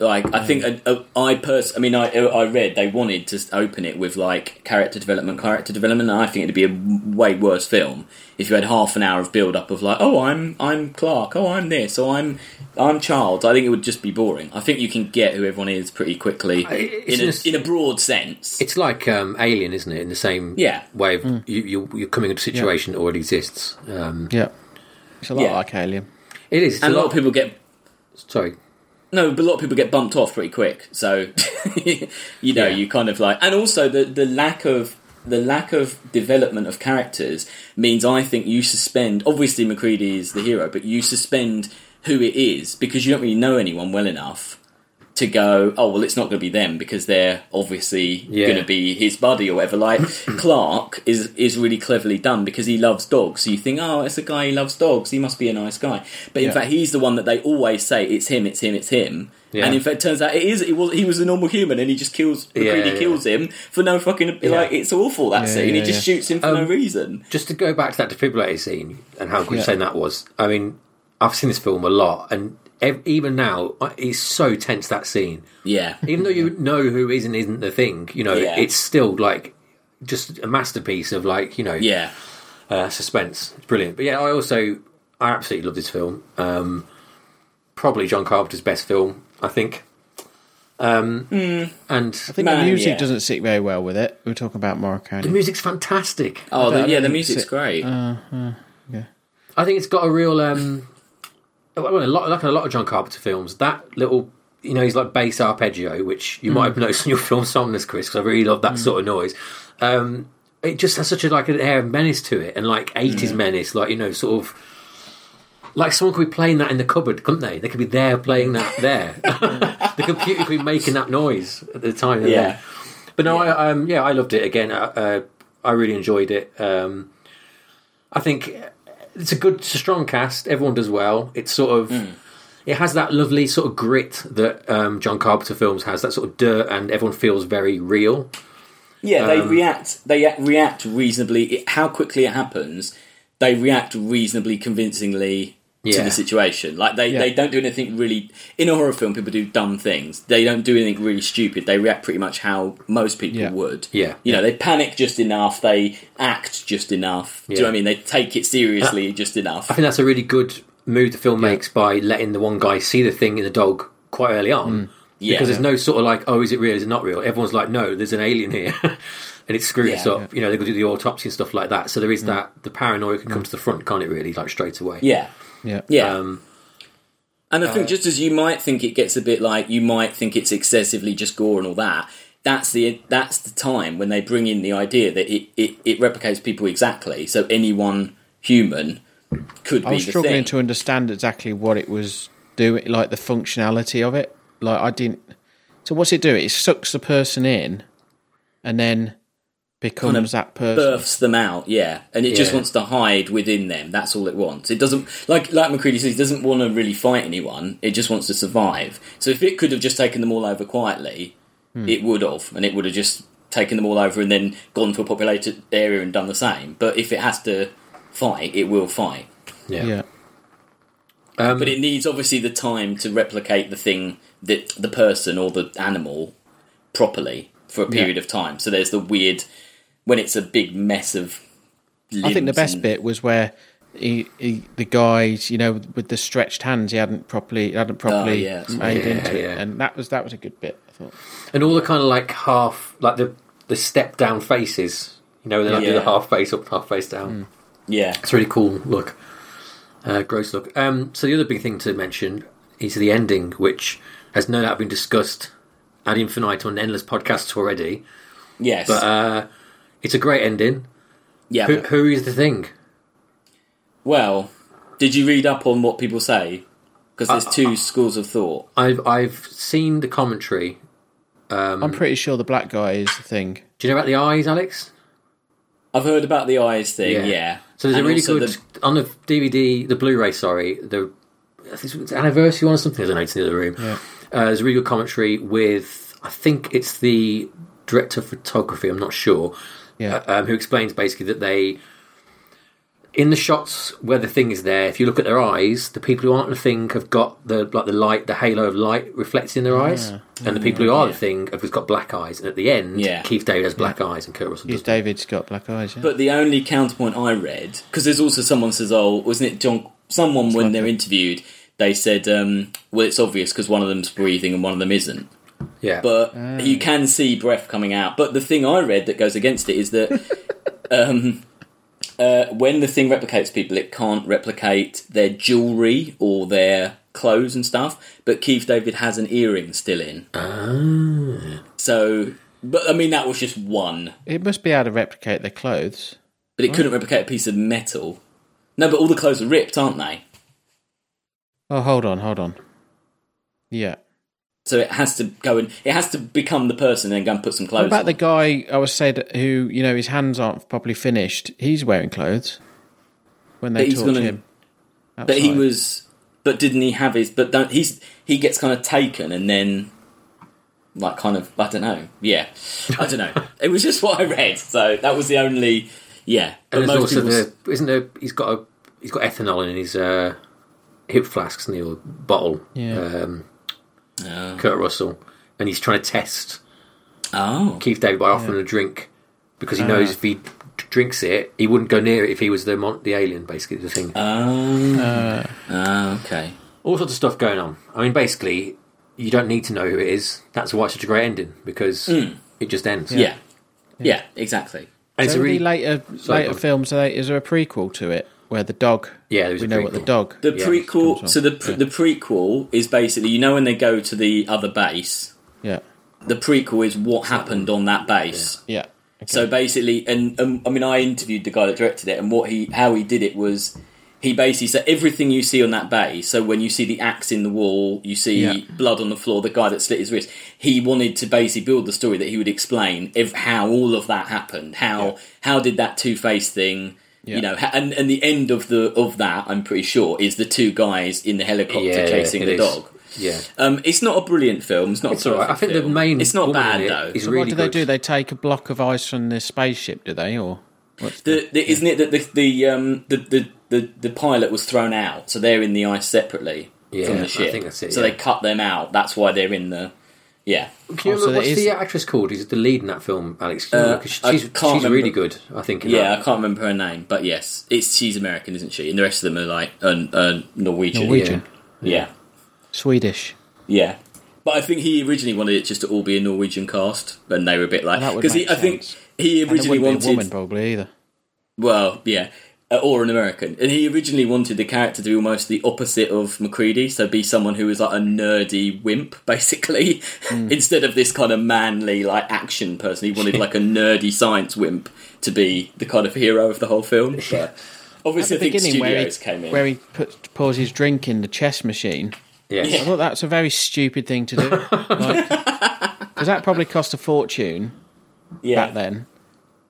like I think I, I, I pers- I mean I I read they wanted to open it with like character development character development and I think it'd be a way worse film if you had half an hour of build up of like oh I'm I'm Clark oh I'm this oh I'm I'm Charles I think it would just be boring I think you can get who everyone is pretty quickly
it's
in a,
just-
in a broad sense
It's like um, Alien, isn't it? In the same
Yeah.
way of
Mm.
you, you, you're coming into a situation that already exists. Um,
yeah. It's a lot
Yeah.
like Alien.
it is. It's
and a lot of people get
Sorry.
No, but a lot of people get bumped off pretty quick. So [LAUGHS] you know, you kind of like, and also the the lack of the lack of development of characters means I think you suspend. Obviously, Macready is the hero, but you suspend who it is because you don't really know anyone well enough to go. Oh well, it's not going to be them because they're obviously
Yeah.
going to be his buddy or whatever. Like Clark is is really cleverly done because he loves dogs. So you think, oh, it's a guy who loves dogs. He must be a nice guy. But in
Yeah.
fact, he's the one that they always say it's him, it's him, it's him.
Yeah.
And in fact, it turns out it is. It was he was a normal human, and he just kills.
Yeah,
really
yeah.
kills him for no fucking like. It's awful that
Yeah,
scene. he
yeah,
just shoots him for no reason.
Just to go back to that defibrillator scene and how good
Yeah.
saying that was. I mean, I've seen this film a lot, and ev- even now, I- it's so tense that scene.
Yeah,
Even though you know who is and isn't the thing, you know,
Yeah.
it's still like just a masterpiece of like you know
yeah,
uh, suspense. It's brilliant. But yeah, I also I absolutely love this film. Um, probably John Carpenter's best film, I think. Um,
I
And
think
Man,
the music
yeah.
doesn't sit very well with it. We We're talking about Morricone.
the music's fantastic.
Oh, the,
don't
yeah, the
think
music's
so.
great.
I think it's got a real um, well, a lot like a lot of John Carpenter films. That little, you know, he's like bass arpeggio, which you might have noticed in your [LAUGHS] film songlist, Chris, because I really love that sort of noise. Um, it just has such a like an air of menace to it, and like eighties menace, like you know, sort of Like someone could be playing that in the cupboard, couldn't they? They could be there playing that there. [LAUGHS] the computer could be making that noise at the time. they're
Yeah.
there. But no, I um, yeah, I loved it again. I, uh, I really enjoyed it. Um, I think it's a good, it's a strong cast. Everyone does well. It's sort of.
Hmm.
It has that lovely sort of grit that um, John Carpenter films has, that sort of dirt, and everyone feels very real.
Yeah,
Um,
they react. They a- react reasonably. It, how quickly it happens, they react reasonably convincingly to
Yeah.
the situation. Like they, they don't do anything really. In a horror film, people do dumb things. They don't do anything really stupid. They react pretty much how most people
Yeah.
would.
Yeah.
you know, they panic just enough. They act just enough. Do you know
Yeah. Uh,
what I mean? They take it seriously just
I
enough.
think that's a really good move the film makes by letting the one guy see the thing in the dog quite early on.
Yeah,
Because there's no sort of like, oh, is it real? Is it not real? Everyone's like, no, there's an alien here, [LAUGHS] and it's screwed us
Yeah.
up. You know, they're going to do the autopsy and stuff like that. So there is that the paranoia can come to the front, can't it? Really, like straight away.
yeah,
Yeah.
yeah.
Um,
And I
Uh,
think just as you might think it gets a bit like you might think it's excessively just gore and all that, that's the that's the time when they bring in the idea that it, it, it replicates people exactly. So anyone human could
I
be
was
the
struggling
thing.
to understand exactly what it was doing, like the functionality of it. Like I didn't. So what's it do? It sucks the person in, and then becomes that person.
Births them out, yeah, and it just
Yeah.
wants to hide within them. That's all it wants. It doesn't like like Macready says. It doesn't want to really fight anyone. It just wants to survive. So if it could have just taken them all over quietly, it would have, and it would have just taken them all over and then gone to a populated area and done the same. But if it has to fight, it will fight.
yeah.
Yeah.
But it needs obviously the time to replicate the thing that the person or the animal properly for a period of time. So there's the weird when it's a big mess of.
I think the
limbs
best
and-
bit was where he, he, the guys, you know, with the stretched hands, he hadn't properly, he hadn't properly
Oh, yeah, that's
made
right.
into
Yeah,
it,
yeah.
and that was that was a good bit. I thought.
and all the kind of like half, like the the step down faces. You know, they like do the
Yeah. Hmm.
half face up, half face down.
Yeah.
It's a really cool look, uh, gross look. Um, so the other big thing to mention is the ending, which has no doubt been discussed ad infinitum on endless podcasts already.
Yes.
It's a great ending.
yeah.
uh, Who, who is the thing?
well, did you read up on what people say? Because
Uh,
there's two schools of thought.
I've I've seen the commentary. Um,
I'm pretty sure the black guy is the thing.
Do you know about the eyes, Alex?
I've heard about the eyes thing. Yeah.
So there's
And
a really
also
good
the-
on the DVD, the Blu-ray. Sorry, the I think it's anniversary one or something. I don't know. It's in the other room. Uh, there's a really good commentary with I think it's the director of photography. I'm not sure.
Yeah.
uh, um, who explains basically that they in the shots where the thing is there if you look at their eyes the people who aren't the thing have got the like the light the halo of light reflected in their eyes and the people who are the thing have just got black eyes and at the end
Yeah.
keith david has black eyes and kurt russell
Because
does
David's got black eyes. Yeah.
But the only counterpoint I read, because there's also someone says, "Oh, wasn't it John?" Someone when they're interviewed, they said, um, "Well, it's obvious because one of them's breathing and one of them isn't."
yeah
But you can see breath coming out. But the thing I read that goes against it is that [LAUGHS] um, uh, when the thing replicates people, it can't replicate their jewelry or their clothes and stuff. But Keith David has an earring still in. So, but I mean that was just one
it must be able to replicate their clothes.
but it couldn't replicate a piece of metal. No, but all the clothes are ripped, aren't they?
Oh, hold on, hold on. Yeah.
So it has to go and it has to become the person and go and put some
What
clothes.
about
on.
the guy I was said who you know his hands aren't properly finished? He's wearing clothes when they
But he's
torture
gonna-
him.
but he
outside.
was, but didn't he have his? But don't he's he gets kind of taken and then like kind of I don't know. Yeah, I don't know. it was just what I read, so that was the only. Yeah, but
and there's
most
also
people.
the isn't there he's got a he's got ethanol in his uh hip flasks and the old bottle
Yeah.
um
Oh.
kurt russell and he's trying to test
oh,
Keith David by offering a drink because
Ah.
he knows if he d- drinks it, he wouldn't go near it if he was the mon- the alien, basically the thing.
oh,
Uh,
oh, okay.
All sorts of stuff going on. I mean, basically, you don't need to know who it is. That's why it's such a great ending because
Hmm.
it just ends.
Yeah. yeah, exactly.
and it's
So
a
are the
really
later later
on.
films. Are they, is there a prequel to it where the dog?
Yeah, there was
we
a
know what the
prequel.
dog.
The
Yeah,
comes
prequel.
on.
So the pre- the prequel is basically you know when they go to the other base.
yeah,
the prequel is what happened on that base.
yeah. Okay.
So basically, and um, I mean, I interviewed the guy that directed it, and what he how he did it was he basically said everything you see on that bay. So when you see the axe in the wall, you see
Yeah.
blood on the floor, the guy that slit his wrist. He wanted to basically build the story that he would explain if, how all of that happened. How how did that Two Face thing?
Yeah.
You know, ha- and, and the end of the of that, I'm pretty sure, is the two guys in the helicopter
Yeah,
chasing
it
the
is.
dog.
Yeah,
Um, it's not a brilliant film. It's not.
It's
a
all right.
perfect
I think the
film.
main
It's not
woman in
bad
it
though.
is
So
really
what do they
good.
do? They take a block of ice from the spaceship, do they? Or what's
the, the isn't it that the the, um, the the the the pilot was thrown out, so they're in the ice separately
Yeah,
from
I
the ship.
think that's it,
so
yeah.
they cut them out. That's why they're in the yeah.
Can you
Oh, so
remember what's
it is-
the actress called? Is the lead in that film, Alex? Can you
Uh,
remember? 'Cause
I
she's
can't
she's really
remember.
good. I think. In
Yeah, I
that.
can't remember her name, but yes, it's she's American, isn't she? And the rest of them are like uh, uh, Norwegian.
Norwegian,
Yeah.
Swedish?
Yeah. But I think he originally wanted it just to all be a Norwegian cast, and they were a bit like
That would
because he
make
I think
sense.
he
And it
originally
wouldn't
wanted
be a woman probably either.
Well, yeah, uh, or an American. And he originally wanted the character to be almost the opposite of Macready, so be someone who was like a nerdy wimp, [LAUGHS] basically,
Hmm.
instead of this kind of manly like action person. He wanted like a nerdy science wimp to be the kind of hero of the whole film. [LAUGHS] But obviously, I think studios
where he
came in.
where he put, pours his drink in the chess machine.
Yeah.
I thought that's a very stupid thing
[LAUGHS]
to do. Because that probably cost a fortune
yeah,
back then.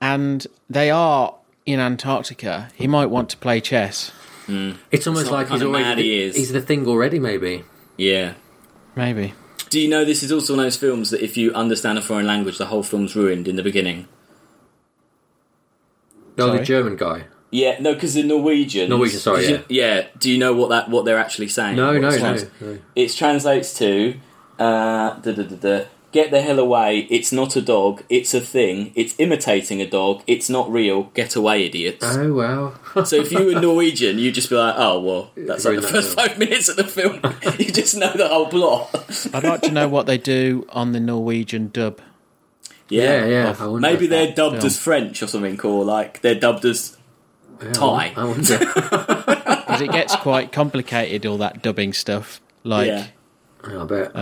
And they are in Antarctica. He might want to play chess,
It's almost
It's not
like he's
kinda
already
mad he is.
he's the thing already. Maybe.
yeah.
maybe.
Do you know this is also one of those films that if you understand a foreign language, the whole film's ruined in the beginning.
No, the
Sorry?
German guy.
Yeah, no, because the Norwegians.
Norwegian, sorry,
Did you- yeah. Do you know what that what they're actually saying?
No,
What
no,
it's
no,
trans-
no.
It translates to, uh, da, da, da, da, get the hell away. It's not a dog. It's a thing. It's imitating a dog. It's not real. Get away, idiots.
Oh wow.
So if you were Norwegian, you'd just be like, oh well, that's like
Ruin
the
that
first
film.
five minutes of the film. [LAUGHS] you just know the whole plot.
I'd like to know what they do on the Norwegian dub.
[LAUGHS] yeah, yeah. I wonder
Maybe
if
they're
that-
dubbed
film.
as French or something, or like they're dubbed as
[LAUGHS] yeah,
Thai.
I wonder.
Because it gets quite complicated, all that dubbing stuff. Like,
[LAUGHS] yeah.
yeah.
I bet.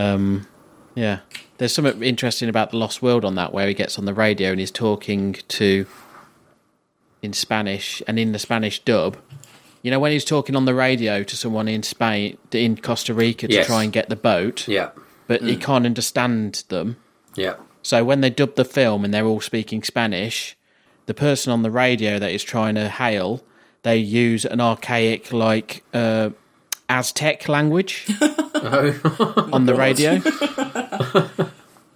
There's something interesting about The Lost World on that, where he gets on the radio and he's talking to in Spanish and in the Spanish dub. You know, when he's talking on the radio to someone in Spain, in Costa Rica, to
Yes.
try and get the boat,
yeah. Mm.
but he can't understand them.
Yeah.
So when they dub the film and they're all speaking Spanish, the person on the radio that is trying to hail, they use an archaic like uh, Aztec [LAUGHS] language on the [LAUGHS] radio.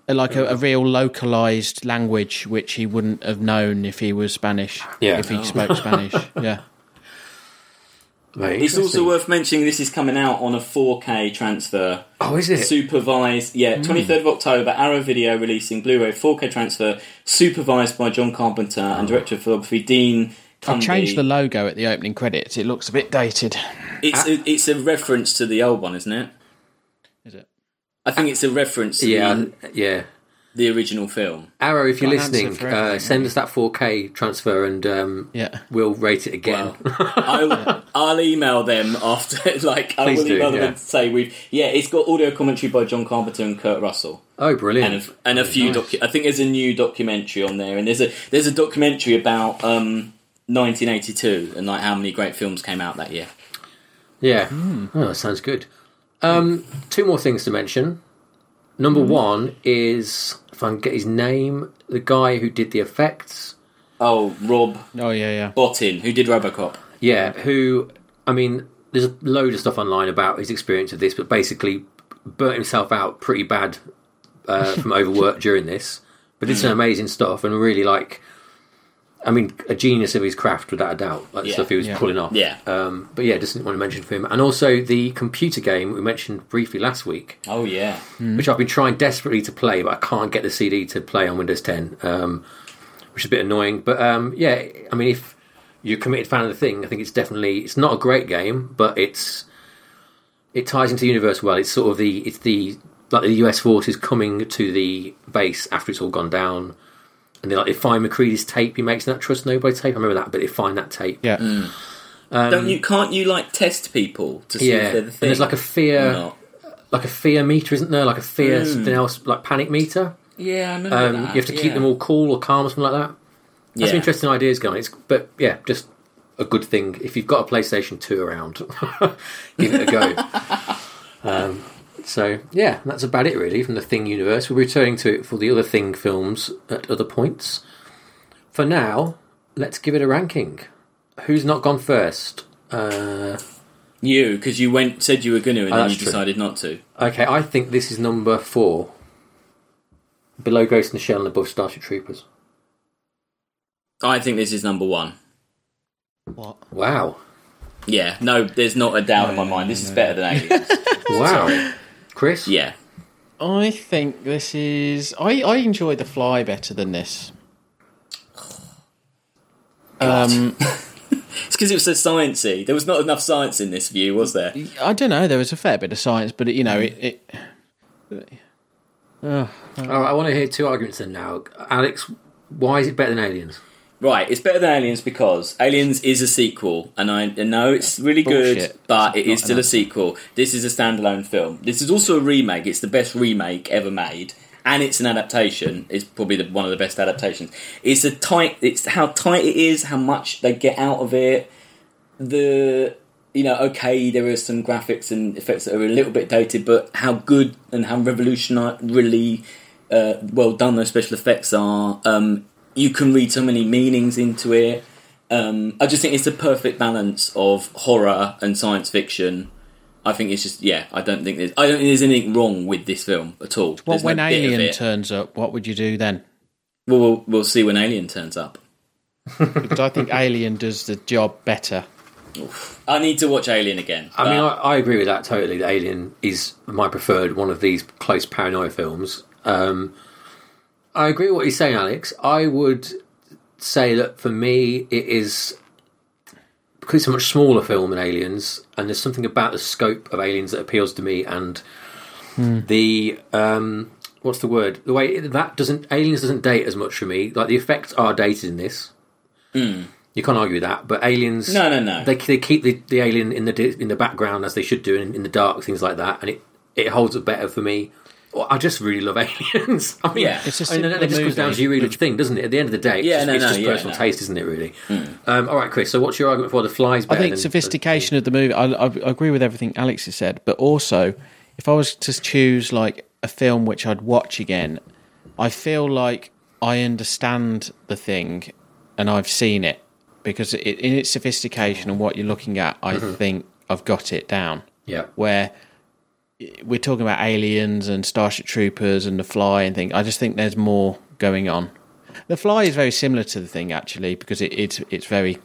like a, a real localized language which he wouldn't have known if he was Spanish.
Yeah.
If he spoke [LAUGHS] Spanish. Yeah.
Very
It's also
interesting.
worth mentioning this is coming out on a 4K transfer.
Oh, is it? Hmm.
Supervised, yeah, 23rd of October, Arrow Video releasing Blu ray 4K transfer, supervised by John Carpenter
Oh.
and director of photography Dean Cumby.
Change the logo at the opening credits. It looks a bit dated.
It's
Ah.
a, it's a reference to the old one, isn't it?
Is it?
I think it's a reference to
yeah.
the,
Yeah.
the original film.
Arrow, if you're
Got an answer
listening,
for
uh,
everything,
send us that 4K transfer and um,
Yeah.
we'll rate it again.
Wow. I'll, I'll email them after, [LAUGHS] like, I
Please
will
do,
email them
yeah.
and say we've, yeah, it's got audio commentary by John Carpenter and Kurt Russell.
[LAUGHS] oh,
and
brilliant.
a, and a few. Docu- I think there's a new documentary on there, and there's a there's a documentary about um, 1982 and like how many great films came out that year.
Yeah.
Hmm.
Oh, that sounds good. Um, two more things to mention. Number
Hmm.
one is, if I can get his name, the guy who did the effects.
Oh, Rob
Oh yeah, yeah.
Bottin, who did RoboCop.
Yeah, who, I mean, there's a load of stuff online about his experience of this, but basically burnt himself out pretty bad
[LAUGHS]
uh, from overwork during this. But
Hmm.
it's an amazing stuff and really like, I mean, a genius of his craft without a doubt, like the
Yeah.
stuff he was
Yeah.
pulling off.
Yeah.
Um, but yeah, just didn't want to mention for him. And also the computer game we mentioned briefly last week,
Oh yeah,
which I've been trying desperately to play, but I can't get the CD to play on Windows 10, um, which is a bit annoying. But um, yeah, I mean, if you're a committed fan of the thing, I think it's definitely it's not a great game, but it's it ties into the universe well. It's sort of the it's the like the US forces coming to the base after it's all gone down. And they like they find McCready's tape he makes in that Trust Nobody tape. I remember that, but they find that tape.
Yeah.
don't you can't you like test people to see
Um, Yeah,
if they're the
and
thing?
there's like a fear,
or not?
like a fear meter, isn't there? Like a fear,
Mm.
something else, like panic meter.
Yeah, I remember
Um,
that.
you have to keep
yeah.
them all cool or calm or something like that. That's
Yeah.
some interesting ideas going. It's, but yeah, just a good thing if you've got a PlayStation 2 around, [LAUGHS] give it a
[LAUGHS]
go. um, so, yeah, that's about it really from the Thing universe. We're returning to it for the other Thing films at other points. For now, let's give it a ranking. Who's not gone first? Uh,
You, because you went said you were going to, and
Oh,
then
that's
you
true.
decided not to.
okay, I think this is number four. Below Ghost in the Shell and above Starship Troopers.
I think this is number one.
What?
Wow.
Yeah, no, there's not a doubt in my mind. This is better [LAUGHS] than aliens.
Wow. Chris?
yeah,
I think this is. I I enjoy the fly better than this. Um,
it's because it was so sciencey. There was not enough science in this view, was there?
I don't know. There was a fair bit of science, but it, you know, it. it
All right, Oh, I want to hear two arguments then now. Alex, why is it better than Aliens?
Right, it's better than Aliens because Aliens is a sequel, and I I know it's really good,
Bullshit.
but it is
Not
still a
enough.
sequel. This is a standalone film. This is also a remake. It's the best remake ever made, and it's an adaptation. It's probably the, one of the best adaptations. It's a tight. It's how tight it is, how much they get out of it. The you know, okay, there are some graphics and effects that are a little bit dated, but how good and how revolutionary, really uh, well done those special effects are. Um, you can read so many meanings into it. Um, I just think it's the perfect balance of horror and science fiction. I think it's just yeah. I don't think there's I don't think there's anything wrong with this film at all.
well,
There's
when
no bit of
Alien
it.
turns up, what would you do then?
Well, we'll we'll see when Alien turns up.
Because I think [LAUGHS] Alien does the job better.
I need to watch Alien again.
I mean,
but-
I, I agree with that totally. That Alien is my preferred one of these close paranoia films. Um, I agree with what you're saying, Alex. I would say that for me, it is because it's a much smaller film than Aliens, and there's something about the scope of Aliens that appeals to me, and
Hmm.
the um, what's the word? The way that doesn't Aliens doesn't date as much for me. Like the effects are dated in this. You can't argue with that, but Aliens
Hmm. no, no, no.
they, they keep the, the alien in the di- in the background as they should do in, in the dark things like that and it, it holds up better for me Well, I just really love [LAUGHS] aliens. I mean,
Yeah. It's
a
I mean, that
simpler
just comes down
movie,
to you really the thing, doesn't it? At the end of the day, it's
Yeah,
just,
no,
it's
no,
just
yeah,
personal
no. Hmm.
taste, isn't it? Really. Um, all right, Chris. So, what's your argument for the flies?
I
Better
think
than-
sophistication of the movie. I, I agree with everything Alex has said, but also, if I was to choose like a film which I'd watch again, I feel like I understand the thing and I've seen it because it, in its sophistication and what you're looking at, I
Mm-hmm.
think I've got it down.
Yeah.
Where we're talking about aliens and Starship Troopers and the Fly and things. I just think there's more going on. The Fly is very similar to the thing actually because it, it's it's very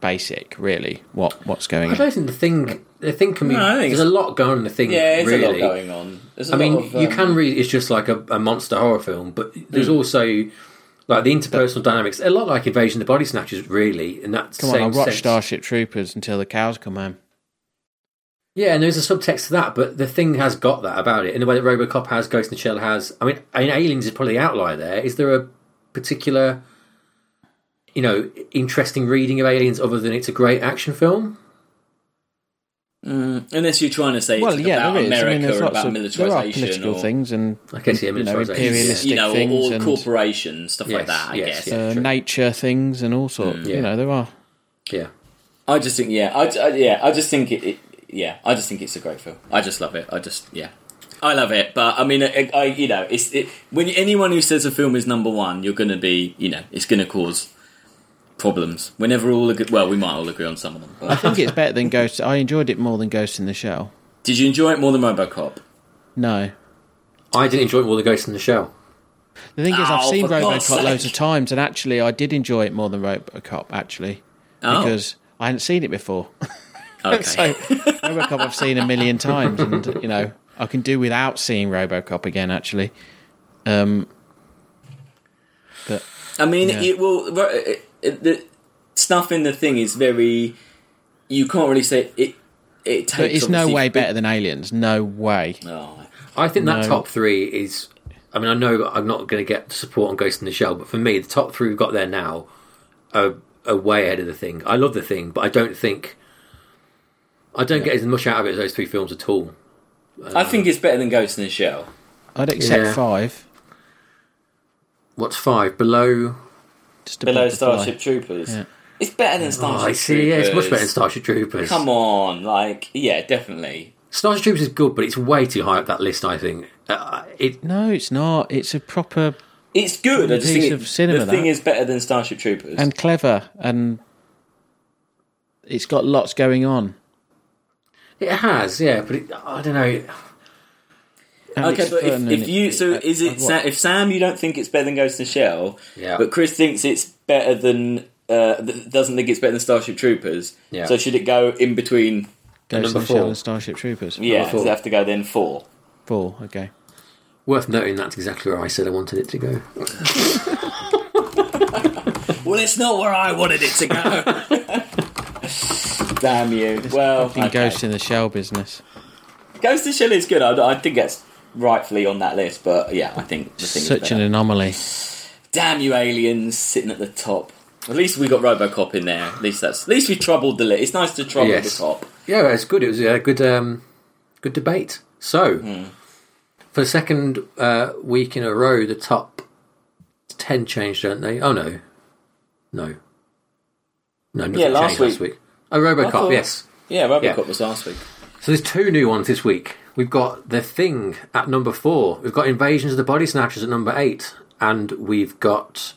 basic, really. What what's going
I
on?
don't think the thing. The thing can be.
No, I think
there's a lot going on in the thing.
yeah, it's
really.
a lot going on. There's a
I mean,
lot of,
you
um, Hmm.
can read it's just like a, a monster horror film, but there's also like the interpersonal dynamics, a lot like Invasion of the Body Snatchers, really, and that's
Come on,
same
I watched
sense.
Starship Troopers until the cows come home.
Yeah, and there's a subtext to that, but the thing has got that about it in the way that RoboCop has, Ghost in the Shell has. I mean, I mean, Aliens is probably the outlier there. Is there a particular, you know, interesting reading of Aliens other than it's a great action film?
Unless you're trying to say
Well,
it's
yeah,
about
there is. I mean,
America
there's
or
lots
about
of there are
militarization
political
or
things and
I guess yeah,
you know,
militarisation.
imperialist-
you know,
things
or, or
and-
corporations stuff
Yes,
like that. I
yes,
guess.
yeah.
uh,
true.
nature things and all sorts.
Hmm.
yeah.
You know, there are.
Yeah,
I just think, yeah, I, I- yeah, I just think it, it, yeah, I just think it's a great film. I just love it. I just, yeah, I love it. But I mean, I, I you know, it's it, when anyone who says a film is number one, you're going to be, you know, it's going to cause problems. Whenever all agree, well, we might all agree on some of them.
I [LAUGHS]
but-
think it's better than Ghost. I enjoyed it more than Ghost in the Shell.
Did you enjoy it more than RoboCop?
No,
I didn't enjoy more the Ghost in the Shell.
the thing is, I've
Oh,
seen
for God's
RoboCop loads of
sake.
times, and actually, I did enjoy it more than RoboCop actually
Oh,
because I hadn't seen it before. [LAUGHS]
okay.
so RoboCop I've seen a million times, and you know I can do without seeing RoboCop again. Actually, um, but
I mean,
Yeah.
it will. it- it- The stuff in the thing is very. You can't really say it. It takes.
but it's no
obviously-
way better than Aliens. No way.
Oh,
I think that
No.
top three is. I mean, I know I'm not going to get support on Ghost in the Shell, but for me, the top three we've got there now are, are way ahead of the thing. I love the thing, but I don't think I don't get as much out of it as those three films at all.
I think it's better than Ghost in the Shell.
I'd accept
Yeah.
five.
What's five below?
Just above
Below
the Fly.
Starship Troopers.
Yeah.
It's better than
Oh,
Starship
I see. Yeah, it's much
Troopers.
better than Starship Troopers.
Come on, like yeah, definitely.
Starship Troopers is good, but it's way too high up that list. I think uh, it.
No, it's not. It's a proper
It's good. I just
Piece
think it-
of cinema,
the thing
that.
is better than Starship Troopers.
and clever, and it's got lots going on.
It has, yeah, but it, I don't know.
And
okay,
it's
but
fun
if,
and
if you so is
and
it
what?
Sa- if Sam you don't think it's better than Ghost in the Shell,
Yeah.
but Chris thinks it's better than uh, th- doesn't think it's better than Starship Troopers.
Yeah.
So should it go in between?
Ghost in
number
the Shell
four.
and Starship Troopers?
Yeah,
four.
does it have to go then four?
Four, okay.
Worth noting that's exactly where I said I wanted it to go.
Well, it's not where I wanted it to
[LAUGHS]
go. Damn you! Well,
Fucking
okay.
Ghost in the Shell business.
Ghost in the Shell is good. I, I think that's rightfully on that list, but yeah, I think the thing is
Such
better.
an anomaly.
Damn you, aliens sitting at the top. At least we got RoboCop in there. At least that's. At least we troubled the list. It's nice to trouble
Yes.
the top.
Yeah, it's good. It was a good, um, good debate. So,
Hmm.
for the second uh, week in a row, the top ten changed, don't they? Oh no, no, no. Nothing
Yeah, last
changed last
week.
week. Oh, RoboCop.
I thought-
Yes.
Yeah, RoboCop
Yeah.
was last week.
So there's two new ones this week. We've got The Thing at number four. We've got Invasions of the Body Snatchers at number eight, and we've got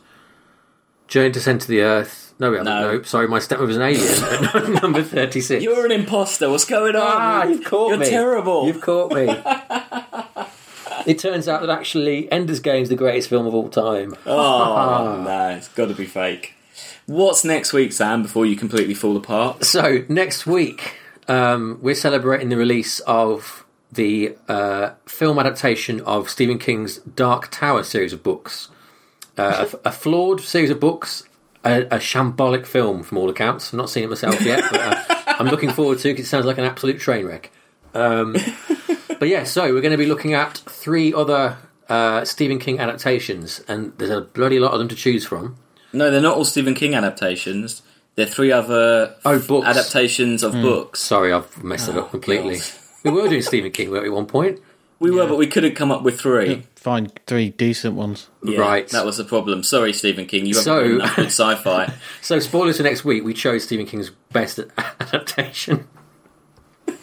Journey to Center of the Earth. No, we haven't.
No.
No, sorry, my stepmother's an alien [LAUGHS]
[LAUGHS]
at number thirty-six.
You're an imposter. What's going on?
Ah,
You're-
you've caught
You're
me.
terrible.
You've caught me.
[LAUGHS]
it turns out that actually Ender's Game is the greatest film of all time.
[LAUGHS] Oh no, it's got to be fake. What's next week, Sam? Before you completely fall apart.
So next week, um, we're celebrating the release of the uh, film adaptation of Stephen King's Dark Tower series of books. Uh, a, a flawed series of books, a, a shambolic film from all accounts. I've not seen it myself yet, but uh, I'm looking forward to it 'cause it sounds like an absolute train wreck. Um, but yeah, so we're going to be looking at three other uh, Stephen King adaptations, and there's a bloody lot of them to choose from.
No, they're not all Stephen King adaptations. They're three other
Oh, books.
adaptations
Hmm.
of books.
Sorry, I've messed it up completely.
God.
We were doing Stephen King weren't we, at one point.
We were, but we couldn't come up with three.
Find three decent ones.
Yeah,
Right.
That was the problem. Sorry, Stephen King. You haven't
So-
written up with sci-fi.
So, spoilers for next week, we chose Stephen King's best [LAUGHS]
[LAUGHS]
adaptation.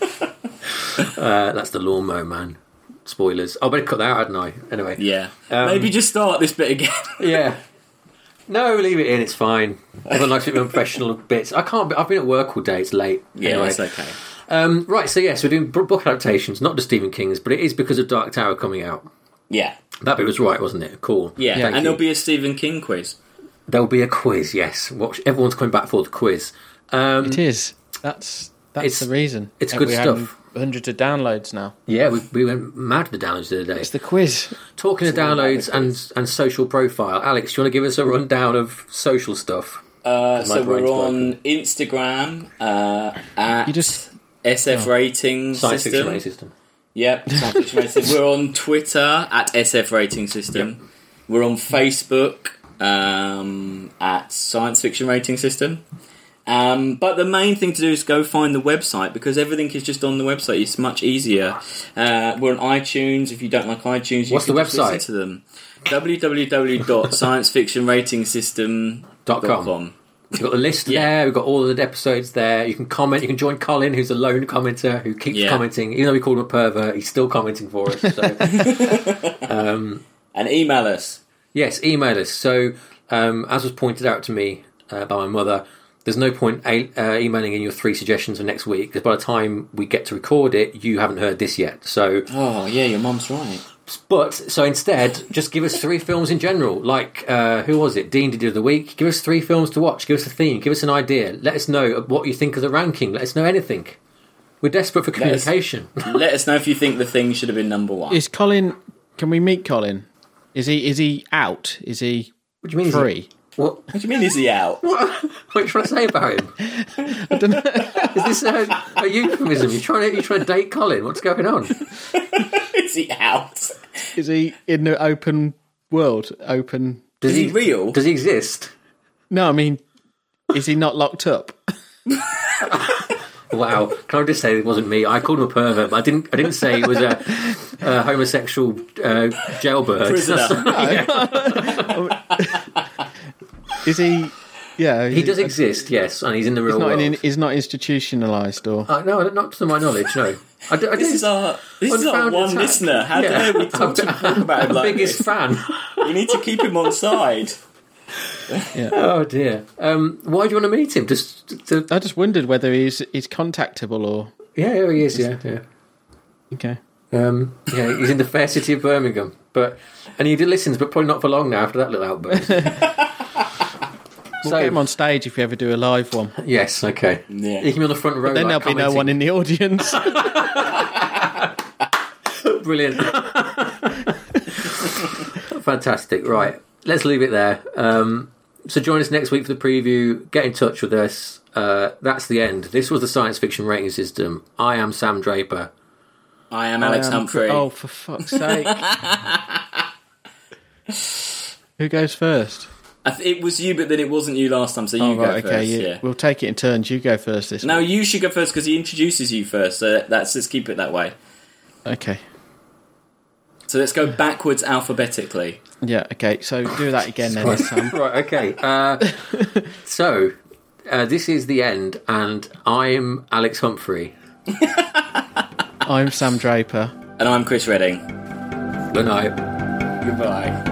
uh, that's The Lawnmower Man. Spoilers. Oh, I better cut that out, hadn't I? Anyway.
Yeah. Maybe just start this bit again.
Yeah. No, leave it in. It's fine. Everyone likes
[LAUGHS]
to be professional bits. I can't. Be, I've been at work all day. It's late.
yeah,
Anyway.
it's okay.
Um, right. So yes, we're doing b- book adaptations, not just Stephen King's, but it is because of Dark Tower coming out.
Yeah.
That bit was right, wasn't it? Cool.
Yeah.
Thank
and
you.
there'll be a Stephen King quiz.
there'll be a quiz. Yes. Watch. Everyone's coming back for the quiz. Um,
It is. That's that's
It's-
the reason.
it's
And
good
we're having
stuff.
Hundreds of downloads now.
yeah, we, we went mad with the downloads the other day.
It's the quiz.
Talking of downloads and and social profile, Alex, do you want to give us a rundown of social stuff? My
Uh, so we're
brain's
on Instagram uh, at
You just
SF Rating
Science fiction
System.
rating system.
Yep, science fiction rating system. We're on Twitter at SF Rating System. We're on Facebook um, at Science Fiction Rating System. Um, but the main thing to do is go find the website because everything is just on the website. It's much easier. Uh, we're on iTunes. If you don't like iTunes, you
What's
can
the
just listen
website?
to them. www.sciencefictionratingsystem.com.
Dot com. We've got the list there. We've got all of the episodes there. You can comment. You can join Colin, who's a lone commenter who keeps
Yeah.
commenting. Even though we called him a pervert, he's still commenting for us. So.
[LAUGHS] And email us.
yes, email us. So, um, as was pointed out to me uh, by my mother, there's no point a- uh, emailing in your three suggestions for next week because by the time we get to record it, you haven't heard this yet. So,
Oh, yeah, your mum's right.
But so instead, just give us three films in general. Like uh, who was it? Dean did of the week. Give us three films to watch. Give us a theme. Give us an idea. Let us know what you think of the ranking. Let us know anything. We're desperate for
Let us-
communication. [LAUGHS]
Let us know if you think the thing should have been number one.
is Colin can we meet Colin? Is he is he out? Is he
what do you mean? is
free?
he- What?
What do you mean, is he out?
What are you trying to say about
[LAUGHS]
him? Is this a, a euphemism? You're trying to you trying to date Colin? What's going on?
is he out?
Is he in the open world? Open
Does
Is he real?
Does he exist?
No, I mean is he not locked up? [LAUGHS]
Wow! Can I just say it wasn't me? I called him a pervert, but I didn't. I didn't say he was a, a homosexual uh, jailbird.
Prisoner.
Is he Yeah,
He does exist, yes, and he's in the real
He's not,
world.
in, he's not institutionalized or
Uh, no, I don't- not to my knowledge. No, I do, I
This
do-
is our this is our
unfounded
one
attack.
listener. How
Yeah.
dare we talk, to, talk about him like
biggest
this?
fan. [LAUGHS]
We need to keep him on side.
oh dear. Um, why do you want to meet him? Just to,
I just wondered whether he's he's contactable or
yeah, yeah, he is. Yeah, yeah.
okay.
Um, yeah, he's in the fair city of Birmingham, but and he listens, but probably not for long now after that little
[LAUGHS]
outburst.
We'll
So-
get him on stage if we ever do a live one.
Yes, okay.
Yeah.
He can be on the front row.
Then
like,
there'll be no
commenting.
one in the audience.
Brilliant. Fantastic. Right. Let's leave it there. Um, so join us next week for the preview. Get in touch with us. Uh, that's the end. This was the science fiction rating system. I am Sam Draper.
I am [LAUGHS] Alex
Um,
Humphrey.
Oh, for fuck's sake! Who goes first?
I th- it was you, but then it wasn't you last time, so you
oh,
go
right,
first.
okay. you-
yeah.
We'll take it in turns. You go first this
Now
week.
you should go first because he introduces you first. So that's let's keep it that way.
Okay.
So let's go backwards alphabetically.
Yeah. Okay. So do that again then, Sam.
[LAUGHS] Right. Okay. Uh, so uh, this is the end, and I'm Alex Humphrey.
I'm Sam Draper.
And I'm Chris Redding.
Good night.
Goodbye.